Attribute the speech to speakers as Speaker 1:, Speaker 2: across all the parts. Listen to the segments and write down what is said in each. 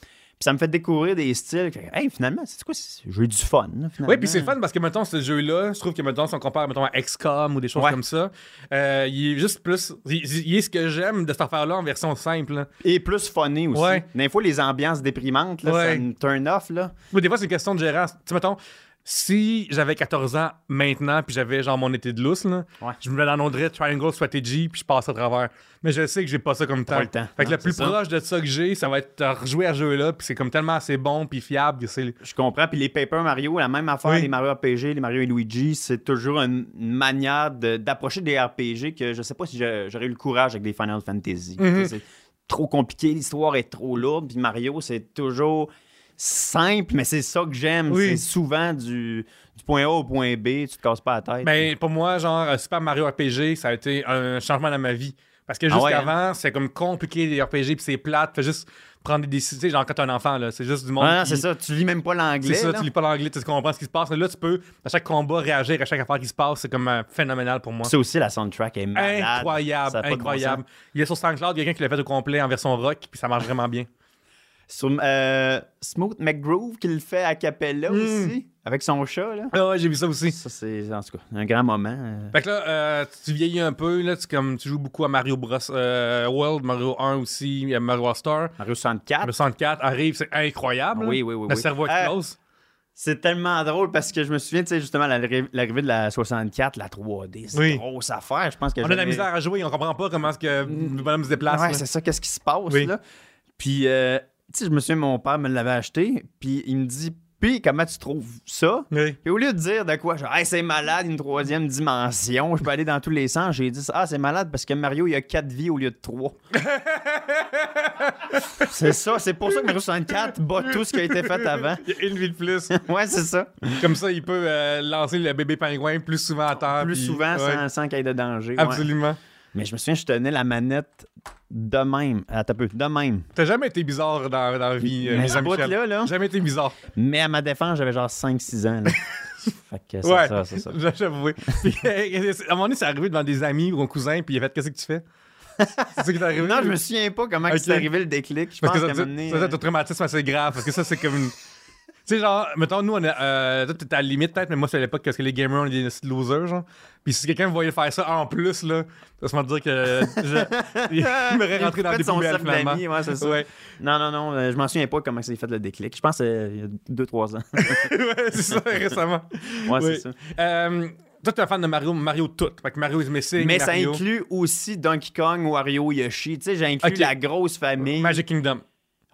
Speaker 1: Puis ça me fait découvrir des styles. que, hey, finalement, c'est quoi? c'est- J'ai eu du fun. là, finalement.
Speaker 2: Oui, puis c'est le fun parce que, mettons, ce jeu-là, je trouve que, mettons, si on compare, mettons, à XCOM ou des choses
Speaker 1: Ouais.
Speaker 2: comme ça, euh, il est juste plus. Il, il est ce que j'aime de cette affaire-là en version simple. là.
Speaker 1: Et plus funny aussi.
Speaker 2: Ouais.
Speaker 1: Des fois, les ambiances déprimantes, là,
Speaker 2: Ouais.
Speaker 1: ça me turn off. Là.
Speaker 2: Moi, des fois, c'est une question de gérance. Tu sais, mettons, si j'avais 14 ans maintenant, puis j'avais genre mon été de lousse, là,
Speaker 1: Ouais.
Speaker 2: je me l'annoncerais Triangle Strategy, puis je passe à travers. Mais je sais que j'ai pas ça comme temps.
Speaker 1: pas le temps.
Speaker 2: Fait que
Speaker 1: Non,
Speaker 2: le plus
Speaker 1: c'est ça.
Speaker 2: proche de ça que j'ai, ça va être euh, rejouer à ce jeu-là, puis c'est comme tellement assez bon, puis fiable, que c'est.
Speaker 1: Je comprends. Puis les Paper Mario, la même affaire,
Speaker 2: Oui.
Speaker 1: les Mario RPG, les Mario et Luigi, c'est toujours une une manière de- d'approcher des RPG que je sais pas si je- j'aurais eu le courage avec des Final Fantasy.
Speaker 2: Mhm.
Speaker 1: C'est trop compliqué, l'histoire est trop lourde. Puis Mario, c'est toujours simple, mais c'est ça que j'aime.
Speaker 2: Oui.
Speaker 1: C'est souvent du, du point A au point B, tu te casses pas la tête.
Speaker 2: Mais pour moi, genre, euh, Super Mario RPG, ça a été un changement dans ma vie. Parce que
Speaker 1: Ah ouais,
Speaker 2: jusqu'avant, c'est comme compliqué les RPG, puis c'est plate, fait juste prendre des décisions. Tu sais, genre, quand t'es un enfant, là, c'est juste du monde.
Speaker 1: Ah, non,
Speaker 2: qui-
Speaker 1: c'est ça, tu lis même pas l'anglais.
Speaker 2: C'est ça,
Speaker 1: là.
Speaker 2: tu lis pas l'anglais, tu comprends ce qui se passe. Mais là, tu peux, à chaque combat, réagir à chaque affaire qui se passe. C'est comme euh, phénoménal pour moi.
Speaker 1: Ça aussi, la soundtrack est malade.
Speaker 2: Incroyable,
Speaker 1: Ça a pas de bon
Speaker 2: incroyable.
Speaker 1: sens.
Speaker 2: Il est sur SoundCloud, il y a quelqu'un qui l'a fait au complet en version rock, puis ça marche vraiment bien.
Speaker 1: Sur, euh, Smooth McGroove qui le fait à
Speaker 2: Hmm.
Speaker 1: Capella aussi, avec son chat. Là.
Speaker 2: Ah ouais, j'ai vu ça aussi.
Speaker 1: Ça, c'est en tout cas un grand moment. euh.
Speaker 2: Fait que là, euh, tu vieillis un peu, là, tu, comme, tu joues beaucoup à Mario Bros. euh, World, Mario 1 aussi, il y a Mario All Star.
Speaker 1: Mario
Speaker 2: Le
Speaker 1: 64.
Speaker 2: 64 arrive, c'est incroyable.
Speaker 1: Ah. Oui, oui, oui,
Speaker 2: hein. Le
Speaker 1: oui.
Speaker 2: cerveau
Speaker 1: Euh,
Speaker 2: explose.
Speaker 1: C'est tellement drôle parce que je me souviens, tu sais, justement, l'arri- l'arrivée de la 64, la 3D, c'est
Speaker 2: Oui.
Speaker 1: une grosse affaire. Je pense que
Speaker 2: on a de la
Speaker 1: j'avais-
Speaker 2: misère à jouer, on comprend pas comment est-ce que le bonhomme se déplace.
Speaker 1: Ouais,
Speaker 2: là.
Speaker 1: c'est ça, qu'est-ce qui se passe,
Speaker 2: Oui.
Speaker 1: là? Puis, euh, tu sais, je me souviens, mon père me l'avait acheté, puis il me dit, puis comment tu trouves ça?
Speaker 2: Oui.
Speaker 1: Puis au lieu de dire de quoi, genre, hey, c'est malade, une troisième dimension, je peux aller dans tous les sens, j'ai dit, ah, c'est malade parce que Mario, il a quatre vies au lieu de trois. c'est ça, c'est pour ça que Mario 64 bat tout ce qui a été fait avant.
Speaker 2: Il y a une vie de plus.
Speaker 1: Ouais, c'est ça.
Speaker 2: Comme ça, il peut euh, lancer le bébé pingouin plus souvent à terre.
Speaker 1: Plus
Speaker 2: puis-
Speaker 1: souvent,
Speaker 2: ouais.
Speaker 1: sans, sans qu'il y ait de danger. ouais.
Speaker 2: Absolument.
Speaker 1: Mais je me souviens, je tenais la manette de même. Attends un peu, de même.
Speaker 2: T'as jamais été bizarre dans, dans la vie, euh,
Speaker 1: Mais ce
Speaker 2: Jean-Michel.
Speaker 1: bout-là, là.
Speaker 2: Jamais été bizarre.
Speaker 1: Mais à ma défense, j'avais genre 5-6 ans. là. fait que c'est
Speaker 2: ouais,
Speaker 1: ça, c'est ça.
Speaker 2: j'avoue. Puis, euh, à un moment donné, c'est arrivé devant des amis ou un cousin, puis il a fait Qu'est-ce que tu fais C'est ça qui t'est arrivé
Speaker 1: Non, je me souviens pas comment que
Speaker 2: Ok.
Speaker 1: c'est arrivé le déclic. Je pense
Speaker 2: Parce que
Speaker 1: qu'à
Speaker 2: ça,
Speaker 1: un
Speaker 2: ça,
Speaker 1: moment donné,
Speaker 2: ça, c'est un traumatisme assez grave, parce que ça, c'est comme une. tu sais, genre, mettons, nous, on est. Euh, toi, t'étais à la limite, peut-être, mais moi, c'est à l'époque, parce que les gamers, on est des losers, genre. Puis si quelqu'un me voyait faire ça en plus, là, laisse-moi te dire que. je- il m'aurait
Speaker 1: Il
Speaker 2: rentré dans
Speaker 1: coupait
Speaker 2: des
Speaker 1: de son
Speaker 2: poubelles,
Speaker 1: cercle
Speaker 2: finalement.
Speaker 1: d'amis, ouais, c'est ça.
Speaker 2: Ouais.
Speaker 1: Non, non, non, euh, je m'en souviens pas comment ça s'est fait le déclic. Je pense euh, il y a 2-3 ans.
Speaker 2: ouais, c'est ça, récemment.
Speaker 1: Ouais,
Speaker 2: Oui.
Speaker 1: c'est ça.
Speaker 2: Euh, toi, t'es un fan de Mario, Mario tout. Fait que Mario is Missing,
Speaker 1: Mais
Speaker 2: Mario,
Speaker 1: ça inclut aussi Donkey Kong, Wario, Yoshi. Tu sais, j'inclus
Speaker 2: Ok.
Speaker 1: la grosse famille.
Speaker 2: Magic Kingdom.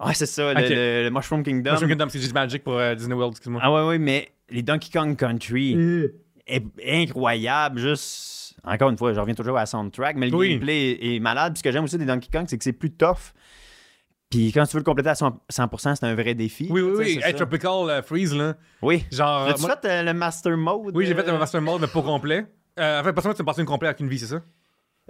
Speaker 1: Ouais, c'est ça, le,
Speaker 2: Ok.
Speaker 1: le- le Mushroom Kingdom.
Speaker 2: Magic Kingdom, c'est juste Magic pour euh, Disney World, excuse-moi. Mm.
Speaker 1: Ah ouais, ouais, mais les Donkey Kong Country est incroyable, juste Encore une fois, je reviens toujours à la soundtrack, mais le
Speaker 2: Oui.
Speaker 1: gameplay est, est malade. Puis ce que j'aime aussi des Donkey Kong, c'est que c'est plus tough. Puis quand tu veux le compléter à 100%, c'est un vrai défi.
Speaker 2: Oui, oui,
Speaker 1: Tu sais,
Speaker 2: oui.
Speaker 1: c'est
Speaker 2: Hey,
Speaker 1: ça.
Speaker 2: Tropical euh, Freeze, là.
Speaker 1: Oui.
Speaker 2: Genre.
Speaker 1: As-tu
Speaker 2: Ah, moi-
Speaker 1: fait euh, le Master Mode?
Speaker 2: Oui, j'ai
Speaker 1: euh,
Speaker 2: fait un master mode, mais pas complet. Euh, enfin, parce que tu me passes une complète avec une vie, c'est ça?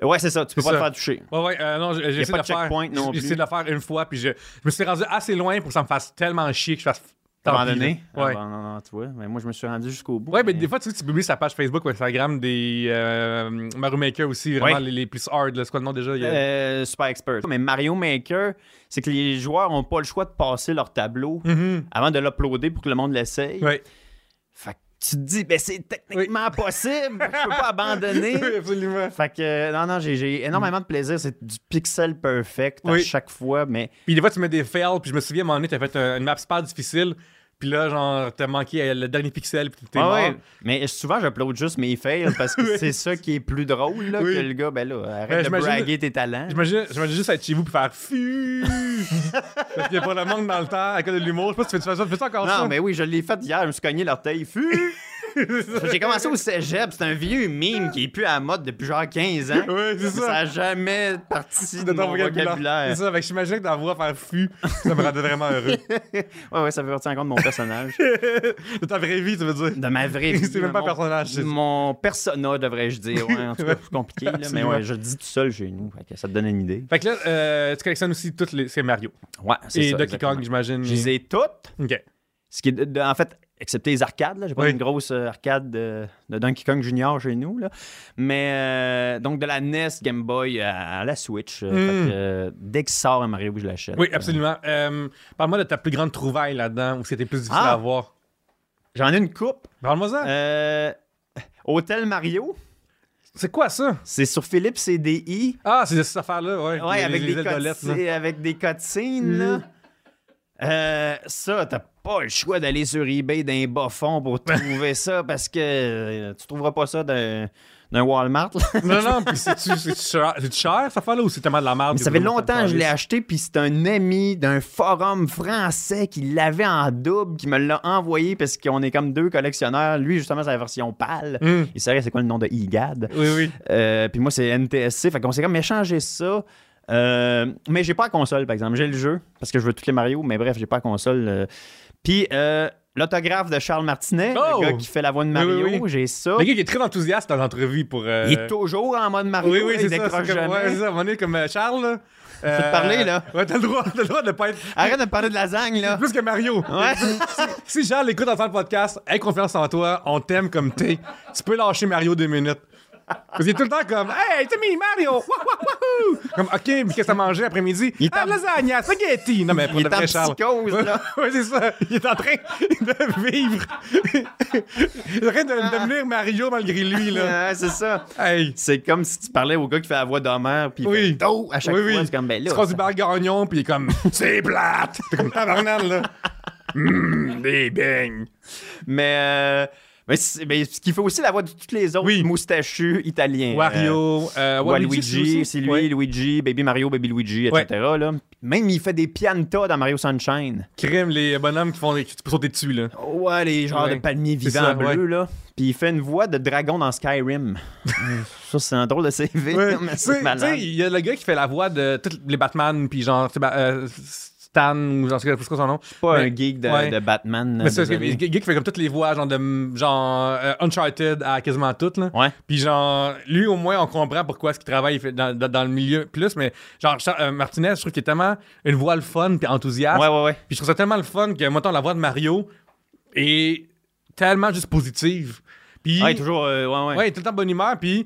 Speaker 1: Ouais, c'est ça. Tu peux
Speaker 2: C'est
Speaker 1: pas te
Speaker 2: ça.
Speaker 1: faire toucher.
Speaker 2: Ouais, ouais, euh, non, j'ai j'ai
Speaker 1: Y a
Speaker 2: essayé de,
Speaker 1: pas de
Speaker 2: le faire.
Speaker 1: checkpoint non
Speaker 2: J'ai essayé
Speaker 1: plus.
Speaker 2: de le faire une fois, puis je, je me suis rendu assez loin pour que ça me fasse tellement chier que je fasse. tant pis,
Speaker 1: Abandonné?
Speaker 2: là. Ouais.
Speaker 1: Ah, ben, non, non, tu vois. Mais moi, je me suis rendu jusqu'au bout.
Speaker 2: Ouais, mais des fois, tu sais, tu publies sa page Facebook ou Instagram des euh, Mario Maker aussi, vraiment
Speaker 1: Ouais.
Speaker 2: les, les plus hard. là. C'est quoi le nom déjà? Il y a-
Speaker 1: Euh, super expert. Mais Mario Maker, c'est que les joueurs n'ont pas le choix de passer leur tableau
Speaker 2: Mhm.
Speaker 1: avant de l'uploader pour que le monde l'essaye.
Speaker 2: Ouais.
Speaker 1: Fait que tu te dis, ben c'est techniquement possible, je peux pas abandonner.
Speaker 2: Oui, absolument.
Speaker 1: Fait que, euh, non, non, j'ai- j'ai énormément de plaisir. C'est du pixel perfect à
Speaker 2: Oui.
Speaker 1: chaque fois, mais
Speaker 2: Puis des fois, tu mets des fails, puis je me souviens, à un moment donné, t'as fait un- une map super difficile, puis là, genre, t'as manqué euh, le dernier pixel, puis t'es
Speaker 1: Ah
Speaker 2: mort.
Speaker 1: ouais. Mais souvent, j'upload juste mes fails parce que
Speaker 2: Oui.
Speaker 1: c'est ça qui est plus drôle là,
Speaker 2: Oui.
Speaker 1: que le gars. Ben là, arrête
Speaker 2: Ben,
Speaker 1: de
Speaker 2: j'imagine-
Speaker 1: braguer tes talents.
Speaker 2: J'imagine j'imagine juste être chez vous puis faire FU! Parce qu'il y a pas le monde dans le temps à cause de l'humour. Je sais pas si tu fais ça, tu fais ça encore ça?
Speaker 1: Non, mais oui, je l'ai fait hier. Je me suis cogné l'orteil. Fu! J'ai commencé au cégep. C'est un vieux mime qui est plus à la mode depuis genre 15 ans.
Speaker 2: Oui, c'est ça.
Speaker 1: Ça n'a jamais parti
Speaker 2: De
Speaker 1: de, mon
Speaker 2: ton vocabulaire.
Speaker 1: vocabulaire.
Speaker 2: C'est ça, fait que j'imagine que d'avoir faire FU, ça me rendait vraiment heureux.
Speaker 1: Ouais, ouais, ça fait partie encore de mon personnage.
Speaker 2: de ta vraie vie, tu veux dire.
Speaker 1: De ma vraie vie.
Speaker 2: C'est même pas un
Speaker 1: mon-
Speaker 2: personnage, c'est ça.
Speaker 1: Mon persona, devrais-je dire. Ouais, en tout cas, c'est compliqué. là, mais
Speaker 2: Absolument.
Speaker 1: ouais, je le dis tout seul chez nous. Fait que ça te donne une idée.
Speaker 2: Fait que là, euh, tu collectionnes aussi toutes les. C'est Mario.
Speaker 1: Ouais, c'est
Speaker 2: Et
Speaker 1: ça,
Speaker 2: Donkey
Speaker 1: exactement.
Speaker 2: Kong, j'imagine.
Speaker 1: Je les ai toutes.
Speaker 2: Ok.
Speaker 1: Ce qui est de- de- en fait, excepté les arcades, là. j'ai pas
Speaker 2: Oui.
Speaker 1: une grosse euh, arcade de, de Donkey Kong Junior chez nous. Là. Mais euh, donc de la NES, Game Boy à, à la Switch. euh,
Speaker 2: Mm.
Speaker 1: fait que, euh, dès qu'il sort un Mario, je l'achète.
Speaker 2: Oui, absolument. Euh, Parle-moi de ta plus grande trouvaille là-dedans, où c'était plus difficile
Speaker 1: Ah!
Speaker 2: à avoir.
Speaker 1: Euh, J'en ai une coupe.
Speaker 2: Parle-moi ça.
Speaker 1: Euh, Hôtel Mario,
Speaker 2: C'est quoi ça?
Speaker 1: c'est sur Philips CDI.
Speaker 2: Ah, c'est cette affaire-là, ouais.
Speaker 1: Ouais,
Speaker 2: Les-
Speaker 1: avec,
Speaker 2: les
Speaker 1: des
Speaker 2: ailes de lettres, là. Hmm.
Speaker 1: cutscenes, avec des cutscenes. là. Euh, ça, t'as pas le choix d'aller sur eBay d'un bas fond pour trouver ça parce que euh, tu trouveras pas ça d'un d'un Walmart. là.
Speaker 2: Non, non, puis c'est-tu c'est-tu cher, c'est-tu cher, cette affaire-là, ou c'est tellement de la merde?
Speaker 1: Ah, Mais ça fait longtemps que je l'ai acheté, puis c'est un ami d'un forum français qui l'avait en double, qui me l'a envoyé parce qu'on est comme deux collectionneurs. Lui, justement, c'est la version pâle.
Speaker 2: Mm.
Speaker 1: Il savait c'est quoi le nom de IGAD.
Speaker 2: Oui, oui.
Speaker 1: Euh, puis moi, c'est NTSC. Fait qu'on s'est comme échangé ça. Euh, mais j'ai pas la console, par exemple. J'ai le jeu parce que je veux tous les Mario, mais bref, j'ai pas la console. euh. Puis euh, l'autographe de Charles Martinet,
Speaker 2: Oh!
Speaker 1: le gars qui fait la voix de
Speaker 2: oui,
Speaker 1: Mario,
Speaker 2: oui.
Speaker 1: j'ai ça.
Speaker 2: Le gars, il est très enthousiaste dans l'entrevue pour. euh,
Speaker 1: Oh. Il est toujours en mode Mario.
Speaker 2: Oui, oui,
Speaker 1: il
Speaker 2: c'est ça.
Speaker 1: décroche
Speaker 2: C'est comme,
Speaker 1: jamais.
Speaker 2: ouais, c'est ça. On est comme euh, Charles, là.
Speaker 1: te
Speaker 2: Euh,
Speaker 1: parler, là.
Speaker 2: Ouais, t'as le droit, t'as le droit de pas être.
Speaker 1: Arrête de me parler de lasagne, là.
Speaker 2: Plus que Mario.
Speaker 1: Ouais.
Speaker 2: Si Charles écoute entend le podcast, aie confiance en toi, on t'aime comme t'es. Tu peux lâcher Mario deux minutes. Parce qu'il est tout le temps comme Hey, c'est me, Mario! Wouah, wouah, wouah! Comme OK, mais qu'est-ce que t'as mangé après-midi?
Speaker 1: Il est
Speaker 2: ah,
Speaker 1: en-
Speaker 2: lasagne, spaghetti! Non, mais pour
Speaker 1: Il
Speaker 2: de
Speaker 1: est en
Speaker 2: vrai, Charles.
Speaker 1: psychose, là.
Speaker 2: oui, c'est ça. Il est en train de vivre. Il est en train de devenir Mario malgré lui, là.
Speaker 1: Ouais, c'est ça.
Speaker 2: Hey!
Speaker 1: C'est comme si tu parlais au gars qui fait la voix d'Homère, puis il
Speaker 2: Oui.
Speaker 1: fait dos à chaque
Speaker 2: oui,
Speaker 1: fois.
Speaker 2: oui.
Speaker 1: C'est comme, ben là,
Speaker 2: tu croises
Speaker 1: ça-
Speaker 2: du bargagnon, puis il est comme C'est plate! T'es comme tabarnak, là. Hum, des beignes.
Speaker 1: Mais, euh, mais, c'est- mais ce qui fait aussi la voix de tous les autres
Speaker 2: Oui.
Speaker 1: moustachus italiens. Euh,
Speaker 2: Wario, euh,
Speaker 1: Waluigi, c'est lui,
Speaker 2: le
Speaker 1: Luigi, Baby Mario, Baby Luigi,
Speaker 2: Ouais.
Speaker 1: etc. là. Même il fait des piantas dans Mario Sunshine.
Speaker 2: Crème, les bonhommes qui font des- qui- tu peux sauter dessus, là.
Speaker 1: Ouais, les genres
Speaker 2: Ouais.
Speaker 1: de palmiers
Speaker 2: C'est
Speaker 1: vivants
Speaker 2: ça,
Speaker 1: bleus, là. Puis il fait une voix de dragon dans Skyrim. Euh, ça, c'est un drôle de CV, mais
Speaker 2: Tu
Speaker 1: c'est
Speaker 2: sais, tu sais,
Speaker 1: malade.
Speaker 2: il y a le gars qui fait la voix de tous les Batman, puis genre, c'est ba- euh, Stan, ou j'en sais pas c'est quoi son nom.
Speaker 1: Pas
Speaker 2: mais-
Speaker 1: un geek de,
Speaker 2: ouais.
Speaker 1: de Batman.
Speaker 2: Mais c'est parce que
Speaker 1: désolé.
Speaker 2: le gars qui fait comme toutes les voix, genre, de, genre euh, Uncharted à quasiment toutes, là.
Speaker 1: Ouais.
Speaker 2: Puis genre, lui, au moins, on comprend pourquoi est-ce qu'il travaille il fait dans, dans- dans le milieu plus, mais genre, Char- euh, Martinez, je trouve qu'il est tellement une voix le fun, puis enthousiaste.
Speaker 1: Ouais, ouais, ouais.
Speaker 2: Puis je trouve ça tellement le fun que, mettons, la voix de Mario est tellement juste positive. Puis,
Speaker 1: Ouais, toujours, euh, ouais, ouais.
Speaker 2: ouais, il est tout le temps de bonne humeur. Puis,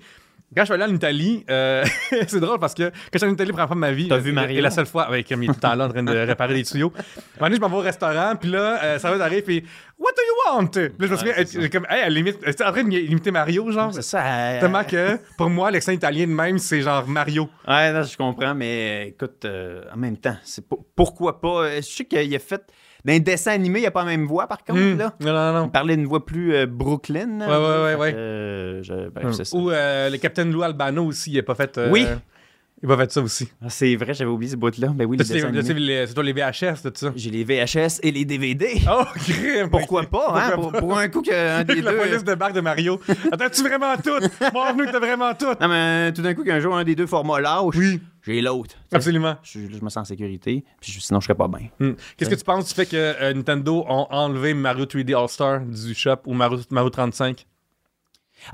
Speaker 2: quand je suis allé en Italie, euh, c'est drôle parce que quand je suis allé en Italie pour la première fois de ma vie, euh,
Speaker 1: T'as vu Mario?
Speaker 2: Et la seule fois, ouais, comme il est tout le temps là en train de réparer des tuyaux. Un moment donné, je m'en vais au restaurant, puis là, euh, ça va arrive, puis What do you want? Puis là, je me souviens,
Speaker 1: c'est
Speaker 2: euh, comme, hey, elle imite, elle était en train d'imiter Mario, genre.
Speaker 1: C'est ça. euh,
Speaker 2: Tellement que, pour moi, l'accent italien de même, c'est genre Mario.
Speaker 1: Ouais, non, je comprends, mais euh, écoute, euh, en même temps, c'est pas- pourquoi pas. Euh, Je sais qu'il a fait. Dans les dessins animés, il n'y a pas la même voix, par contre.
Speaker 2: Hmm.
Speaker 1: Là.
Speaker 2: Non, non,
Speaker 1: Il
Speaker 2: non.
Speaker 1: parlait d'une voix plus euh, Brooklyn. là,
Speaker 2: Ouais,
Speaker 1: on
Speaker 2: ouais, Hmm.
Speaker 1: dirait.
Speaker 2: ouais,
Speaker 1: Fait que, euh, je- bref, c'est ça.
Speaker 2: Ou euh, le capitaine Lou Albano aussi, il n'a pas fait. euh,
Speaker 1: Oui.
Speaker 2: Ils peuvent être ça aussi.
Speaker 1: Ah, c'est vrai, j'avais oublié ce bout-là. Ben oui, les
Speaker 2: C'est
Speaker 1: dessins animés.
Speaker 2: toi les VHS, tout ça.
Speaker 1: J'ai les VHS et les DVD.
Speaker 2: Oh, crime!
Speaker 1: Pourquoi pas, hein?
Speaker 2: Pourquoi
Speaker 1: Pour,
Speaker 2: pas?
Speaker 1: pour un coup qu'un des
Speaker 2: La
Speaker 1: deux...
Speaker 2: police de barre de Mario. Attends-tu vraiment tout? Montre-nous que t'as vraiment tout!
Speaker 1: Non, mais euh, tout d'un coup qu'un jour, un des deux formats lâche, oui. j'ai l'autre.
Speaker 2: Absolument.
Speaker 1: Je, je me sens en sécurité, puis je- sinon je serais pas bien.
Speaker 2: Hmm. Qu'est-ce que tu penses du fait que euh, Nintendo ont enlevé Mario 3D All-Star du shop ou Mario, Mario 35?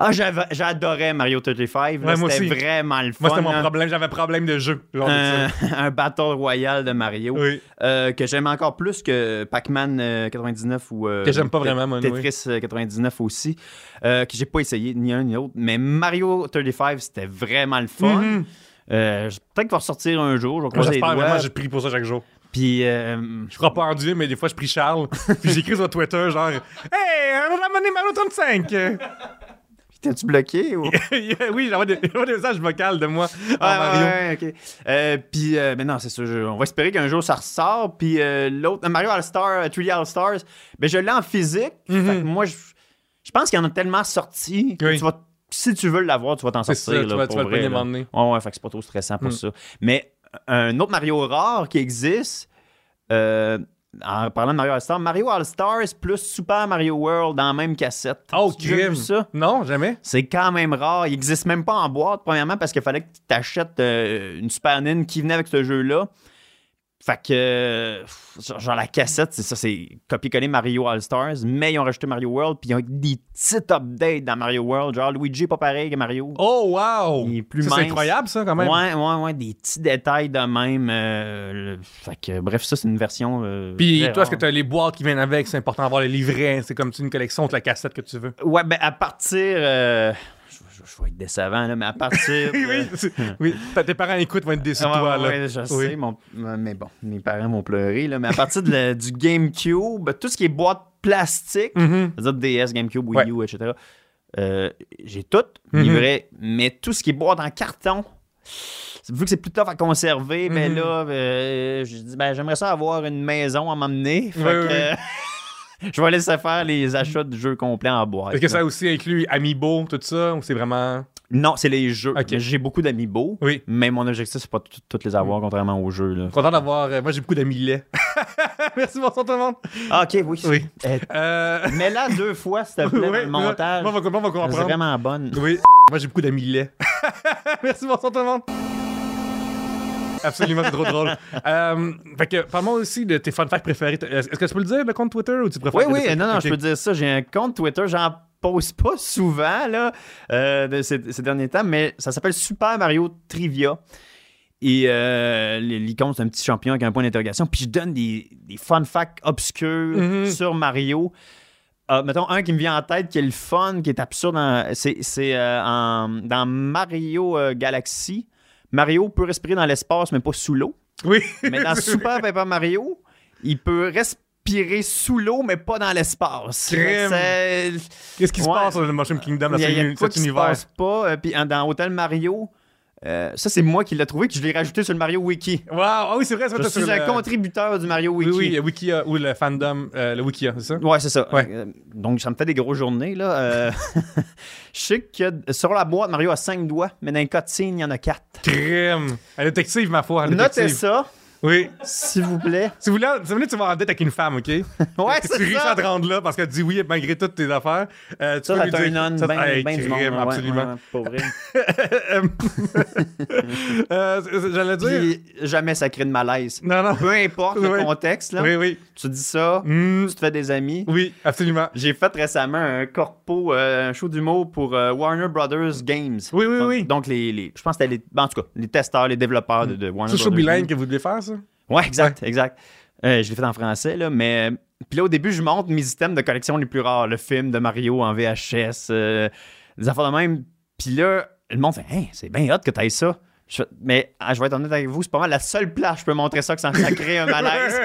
Speaker 1: Ah, j'avais- j'adorais Mario 35. là,
Speaker 2: Ouais, moi
Speaker 1: c'était
Speaker 2: aussi.
Speaker 1: vraiment le fun. hein. Euh,
Speaker 2: Moi, c'était mon
Speaker 1: là.
Speaker 2: problème. J'avais problème de jeu. genre de
Speaker 1: Un,
Speaker 2: ça.
Speaker 1: un Battle Royale de Mario
Speaker 2: Oui.
Speaker 1: euh, que j'aime encore plus que Pac-Man euh, 99 ou euh,
Speaker 2: Que j'aime pas
Speaker 1: Tet-
Speaker 2: vraiment, moi,
Speaker 1: Tetris euh, 99 aussi, euh, que j'ai pas essayé ni un ni l'autre. Mais Mario 35, c'était vraiment le fun.
Speaker 2: Mhm.
Speaker 1: Euh, je- Peut-être qu'il va ressortir un jour. Je vais
Speaker 2: Moi,
Speaker 1: croiser les
Speaker 2: j'espère vraiment,
Speaker 1: doigts.
Speaker 2: je prie pour ça chaque jour.
Speaker 1: Puis euh,
Speaker 2: Je crois pas en Dieu, mais des fois, je prie Charles. puis j'écris sur Twitter, genre, Hey, on va ramener Mario 35!
Speaker 1: t'es-tu bloqué ou...
Speaker 2: oui, j'envoie des, j'envoie des messages vocaux de moi en
Speaker 1: Ah,
Speaker 2: Mario.
Speaker 1: ouais, ouais, ok. Euh, puis, euh, ben non, c'est sûr. je- on va espérer qu'un jour ça ressort. Puis euh, l'autre, euh, Mario All-Star, euh, 3D All-Stars, ben je l'ai en physique. Fait que moi, je, je pense qu'il y en a tellement sorti que
Speaker 2: Mhm. Oui.
Speaker 1: tu vas- si tu veux l'avoir, tu vas t'en
Speaker 2: C'est
Speaker 1: sortir.
Speaker 2: ça, tu
Speaker 1: là,
Speaker 2: vas, tu
Speaker 1: pour
Speaker 2: vas le
Speaker 1: vrai,
Speaker 2: pogner
Speaker 1: là.
Speaker 2: m'emmener.
Speaker 1: Ouais, ouais, fait que c'est pas trop stressant pour
Speaker 2: Mm.
Speaker 1: ça. Mais un autre Mario rare qui existe, euh, en parlant de Mario All-Stars, Mario All-Stars plus Super Mario World dans la même cassette.
Speaker 2: Oh,
Speaker 1: Tu as déjà vu
Speaker 2: crime!
Speaker 1: ça?
Speaker 2: Non, jamais.
Speaker 1: C'est quand même rare. Il n'existe même pas en boîte, premièrement, parce qu'il fallait que tu t'achètes euh, une Super Nintendo qui venait avec ce jeu-là. Fait que, euh, genre, genre la cassette, c'est ça, c'est copier-coller Mario All-Stars, mais ils ont rajouté Mario World, puis ils ont des petites updates dans Mario World. Genre, Luigi est pas pareil que Mario.
Speaker 2: Oh, wow!
Speaker 1: Il est plus
Speaker 2: Ça, C'est
Speaker 1: mince.
Speaker 2: incroyable, ça, quand même.
Speaker 1: ouais, ouais, ouais, des petits détails de même. euh, le- Fait que, bref, ça, c'est une version. euh,
Speaker 2: Puis
Speaker 1: très
Speaker 2: toi, est-ce que
Speaker 1: rare.
Speaker 2: tu as les boîtes qui viennent avec? C'est important d'avoir les livrets. C'est comme tu- une collection de la cassette que tu veux.
Speaker 1: Ouais, ben, à partir. euh, Je, je- je vais être décevant, là, mais à partir. de-
Speaker 2: oui, c'est- oui. Ta- tes parents écoutent, vont être déçus de
Speaker 1: Ouais,
Speaker 2: toi.
Speaker 1: Ah, ouais,
Speaker 2: là.
Speaker 1: ouais, je
Speaker 2: Oui.
Speaker 1: sais, mon- mais bon, mes parents m'ont pleuré. Là, mais à partir de la- du GameCube, ben, tout ce qui est boîte plastique,
Speaker 2: Mhm.
Speaker 1: c'est-à-dire DS, GameCube, Wii U, etc., euh, j'ai tout
Speaker 2: Mhm.
Speaker 1: livré, mais tout ce qui est boîte en carton, vu que c'est plus tough à conserver, mais
Speaker 2: Mhm.
Speaker 1: là, euh, je dis, ben, j'aimerais ça avoir une maison à m'emmener. Fait
Speaker 2: Oui,
Speaker 1: que,
Speaker 2: oui, oui.
Speaker 1: euh, je vais laisser faire les achats de jeux complets en boîte.
Speaker 2: Est-ce que ça aussi inclut Amiibo, tout ça? Ou c'est vraiment.
Speaker 1: Non, c'est les jeux.
Speaker 2: Ok.
Speaker 1: J'ai beaucoup d'amiibo.
Speaker 2: Oui. Mhm.
Speaker 1: Mais mon objectif, c'est pas de toutes les avoir, contrairement aux jeux. Là.
Speaker 2: Content d'avoir. euh, moi, j'ai beaucoup d'amis laits. Merci, bonsoir tout le monde.
Speaker 1: Ah, ok, oui.
Speaker 2: Oui.
Speaker 1: Euh,
Speaker 2: Euh,
Speaker 1: mais là, deux fois, s'il te plaît, dans
Speaker 2: ouais,
Speaker 1: le montage.
Speaker 2: Moi, on va, on va
Speaker 1: C'est
Speaker 2: comprendre.
Speaker 1: vraiment bonne.
Speaker 2: Oui. Moi, j'ai beaucoup d'amis laits. Merci, bonsoir tout le monde. Absolument, c'est trop drôle. Euh, fait que, parle-moi aussi de tes fun facts préférés. T'as- Est-ce que tu peux le dire, le compte Twitter, ou tu préfères.
Speaker 1: Oui,
Speaker 2: que
Speaker 1: oui,
Speaker 2: le-
Speaker 1: non, non, je
Speaker 2: Ok.
Speaker 1: peux dire ça. J'ai un compte Twitter, j'en pose pas souvent là, euh, de ces, ces derniers temps, mais ça s'appelle Super Mario Trivia. Et euh, l'icône, c'est un petit champion avec un point d'interrogation. Puis je donne des, des fun facts obscurs
Speaker 2: Mhm.
Speaker 1: sur Mario. Euh, mettons un qui me vient en tête, qui est le fun, qui est absurde. en- C'est c'est, euh, en- dans Mario euh, Galaxy. Mario peut respirer dans l'espace, mais pas sous l'eau.
Speaker 2: Oui.
Speaker 1: Mais dans Super Paper Mario, il peut respirer sous l'eau, mais pas dans l'espace.
Speaker 2: Crime.
Speaker 1: Fait que c'est-
Speaker 2: Qu'est-ce qui se
Speaker 1: Ouais.
Speaker 2: passe dans le Mushroom Kingdom, dans
Speaker 1: Il y a, il y a de
Speaker 2: cet,
Speaker 1: quoi
Speaker 2: cet
Speaker 1: qui se
Speaker 2: univers?
Speaker 1: passe pas. Euh, Puis en- dans Hotel Mario, euh, ça, c'est moi qui l'ai trouvé, que je l'ai rajouté sur le Mario Wiki.
Speaker 2: Wow, ah oui, c'est vrai, c'est
Speaker 1: Je
Speaker 2: vrai.
Speaker 1: suis
Speaker 2: sur
Speaker 1: un
Speaker 2: le-
Speaker 1: contributeur du Mario
Speaker 2: Oui,
Speaker 1: Wiki.
Speaker 2: oui, le Wikia ou le fandom, euh, le Wikia, c'est ça?
Speaker 1: Ouais, c'est ça.
Speaker 2: Ouais.
Speaker 1: Euh, donc, ça me fait des grosses journées. Là. Euh, je sais que sur la boîte, Mario a 5 doigts, mais dans les cutscenes, il y en a 4.
Speaker 2: Crime! Un détective, ma foi. un
Speaker 1: Notez
Speaker 2: détective.
Speaker 1: ça,
Speaker 2: Oui.
Speaker 1: s'il vous plaît.
Speaker 2: Si vous voulez, si vous voulez, tu vas en dette avec une femme, OK?
Speaker 1: Ouais,
Speaker 2: tu
Speaker 1: c'est
Speaker 2: réussis à
Speaker 1: ça.
Speaker 2: te rendre là parce qu'elle dit oui malgré toutes tes affaires. euh, tu
Speaker 1: Ça,
Speaker 2: peux
Speaker 1: ça
Speaker 2: lui
Speaker 1: t'a
Speaker 2: dire-
Speaker 1: un non,
Speaker 2: ça-
Speaker 1: ben,
Speaker 2: Hey,
Speaker 1: ben du
Speaker 2: crime,
Speaker 1: monde. ouais, ouais,
Speaker 2: absolument.
Speaker 1: ouais, pas vrai.
Speaker 2: Euh, c'est- c'est- J'allais dire.
Speaker 1: Puis, jamais ça crée de malaise.
Speaker 2: Non, non.
Speaker 1: Peu importe le
Speaker 2: Oui.
Speaker 1: contexte, là,
Speaker 2: Oui, oui.
Speaker 1: tu dis ça,
Speaker 2: Hmm,
Speaker 1: tu te fais des amis.
Speaker 2: oui, absolument.
Speaker 1: J'ai fait récemment un corpo, euh, un show d'humour pour euh, Warner Brothers Games.
Speaker 2: Oui, oui,
Speaker 1: donc,
Speaker 2: oui.
Speaker 1: Donc, les, les- je pense que c'était les, ben, en tout cas, les testeurs, les développeurs de, de Warner
Speaker 2: C'est le show
Speaker 1: Brothers.
Speaker 2: bilingue
Speaker 1: Games.
Speaker 2: que vous devez faire, ça?
Speaker 1: Ouais, exact, exact. Euh, je l'ai fait en français, là, mais. euh, Puis là, au début, je montre mes items de collection les plus rares. Le film de Mario en VHS, euh, des affaires de même. Puis là, le monde fait Hein, c'est bien hot que t'ailles ça. Je fais, mais ah, je vais être honnête avec vous, c'est pas mal la seule place où je peux montrer ça que sans ça crée un malaise.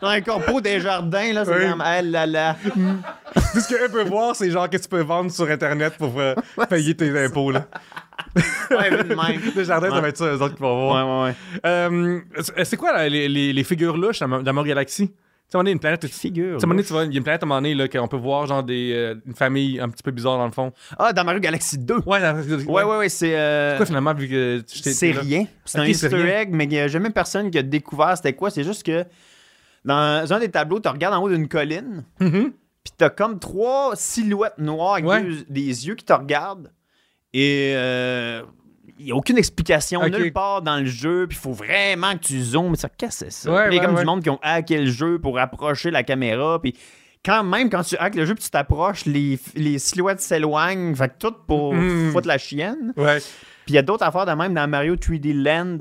Speaker 1: Dans un corpo des jardins, là, c'est
Speaker 2: Oui.
Speaker 1: comme Ah là là.
Speaker 2: Tout ce qu'eux peuvent voir, c'est genre qu'est-ce que tu peux vendre sur Internet pour euh, payer tes impôts, là.
Speaker 1: Ouais, de même.
Speaker 2: Le jardin, ça
Speaker 1: Ouais.
Speaker 2: va être ça, eux autres qui vont
Speaker 1: Ouais,
Speaker 2: voir.
Speaker 1: ouais, ouais.
Speaker 2: Euh, c'est c'est quoi là, les, les- les figures louches dans Mario Galaxy? à un moment donné, une planète. Tu sais,
Speaker 1: Figure.
Speaker 2: à un moment donné, tu vois, il y a une planète à un moment donné là, qu'on peut voir, genre, des, euh, une famille un petit peu bizarre dans le fond.
Speaker 1: Ah, dans Mario Galaxy 2. Ouais,
Speaker 2: Ouais,
Speaker 1: ouais, ouais, c'est. euh,
Speaker 2: Pourquoi finalement, vu que tu t'es-
Speaker 1: c'est
Speaker 2: là-
Speaker 1: rien. C'est
Speaker 2: Ok,
Speaker 1: un
Speaker 2: c'est
Speaker 1: easter
Speaker 2: rien.
Speaker 1: egg, mais il n'y a jamais personne qui a découvert c'était quoi. C'est juste que dans un des tableaux, tu regardes en haut d'une colline,
Speaker 2: Mhm.
Speaker 1: puis t'as comme trois silhouettes noires avec
Speaker 2: Ouais.
Speaker 1: deux- des yeux qui te regardent. Et euh, il n'y a aucune explication
Speaker 2: Ok.
Speaker 1: nulle part dans le jeu. Puis il faut vraiment que tu zoomes. Ça, qu'est-ce que c'est ça?
Speaker 2: Ouais,
Speaker 1: Puis il y a
Speaker 2: ouais,
Speaker 1: comme
Speaker 2: ouais.
Speaker 1: du monde qui ont hacké le jeu pour approcher la caméra. Puis quand même, quand tu hackes le jeu puis tu t'approches, les, les silhouettes s'éloignent. Fait que tout pour
Speaker 2: Mhm.
Speaker 1: foutre la chienne.
Speaker 2: Ouais.
Speaker 1: Puis il y a d'autres affaires de même dans Mario 3D Land,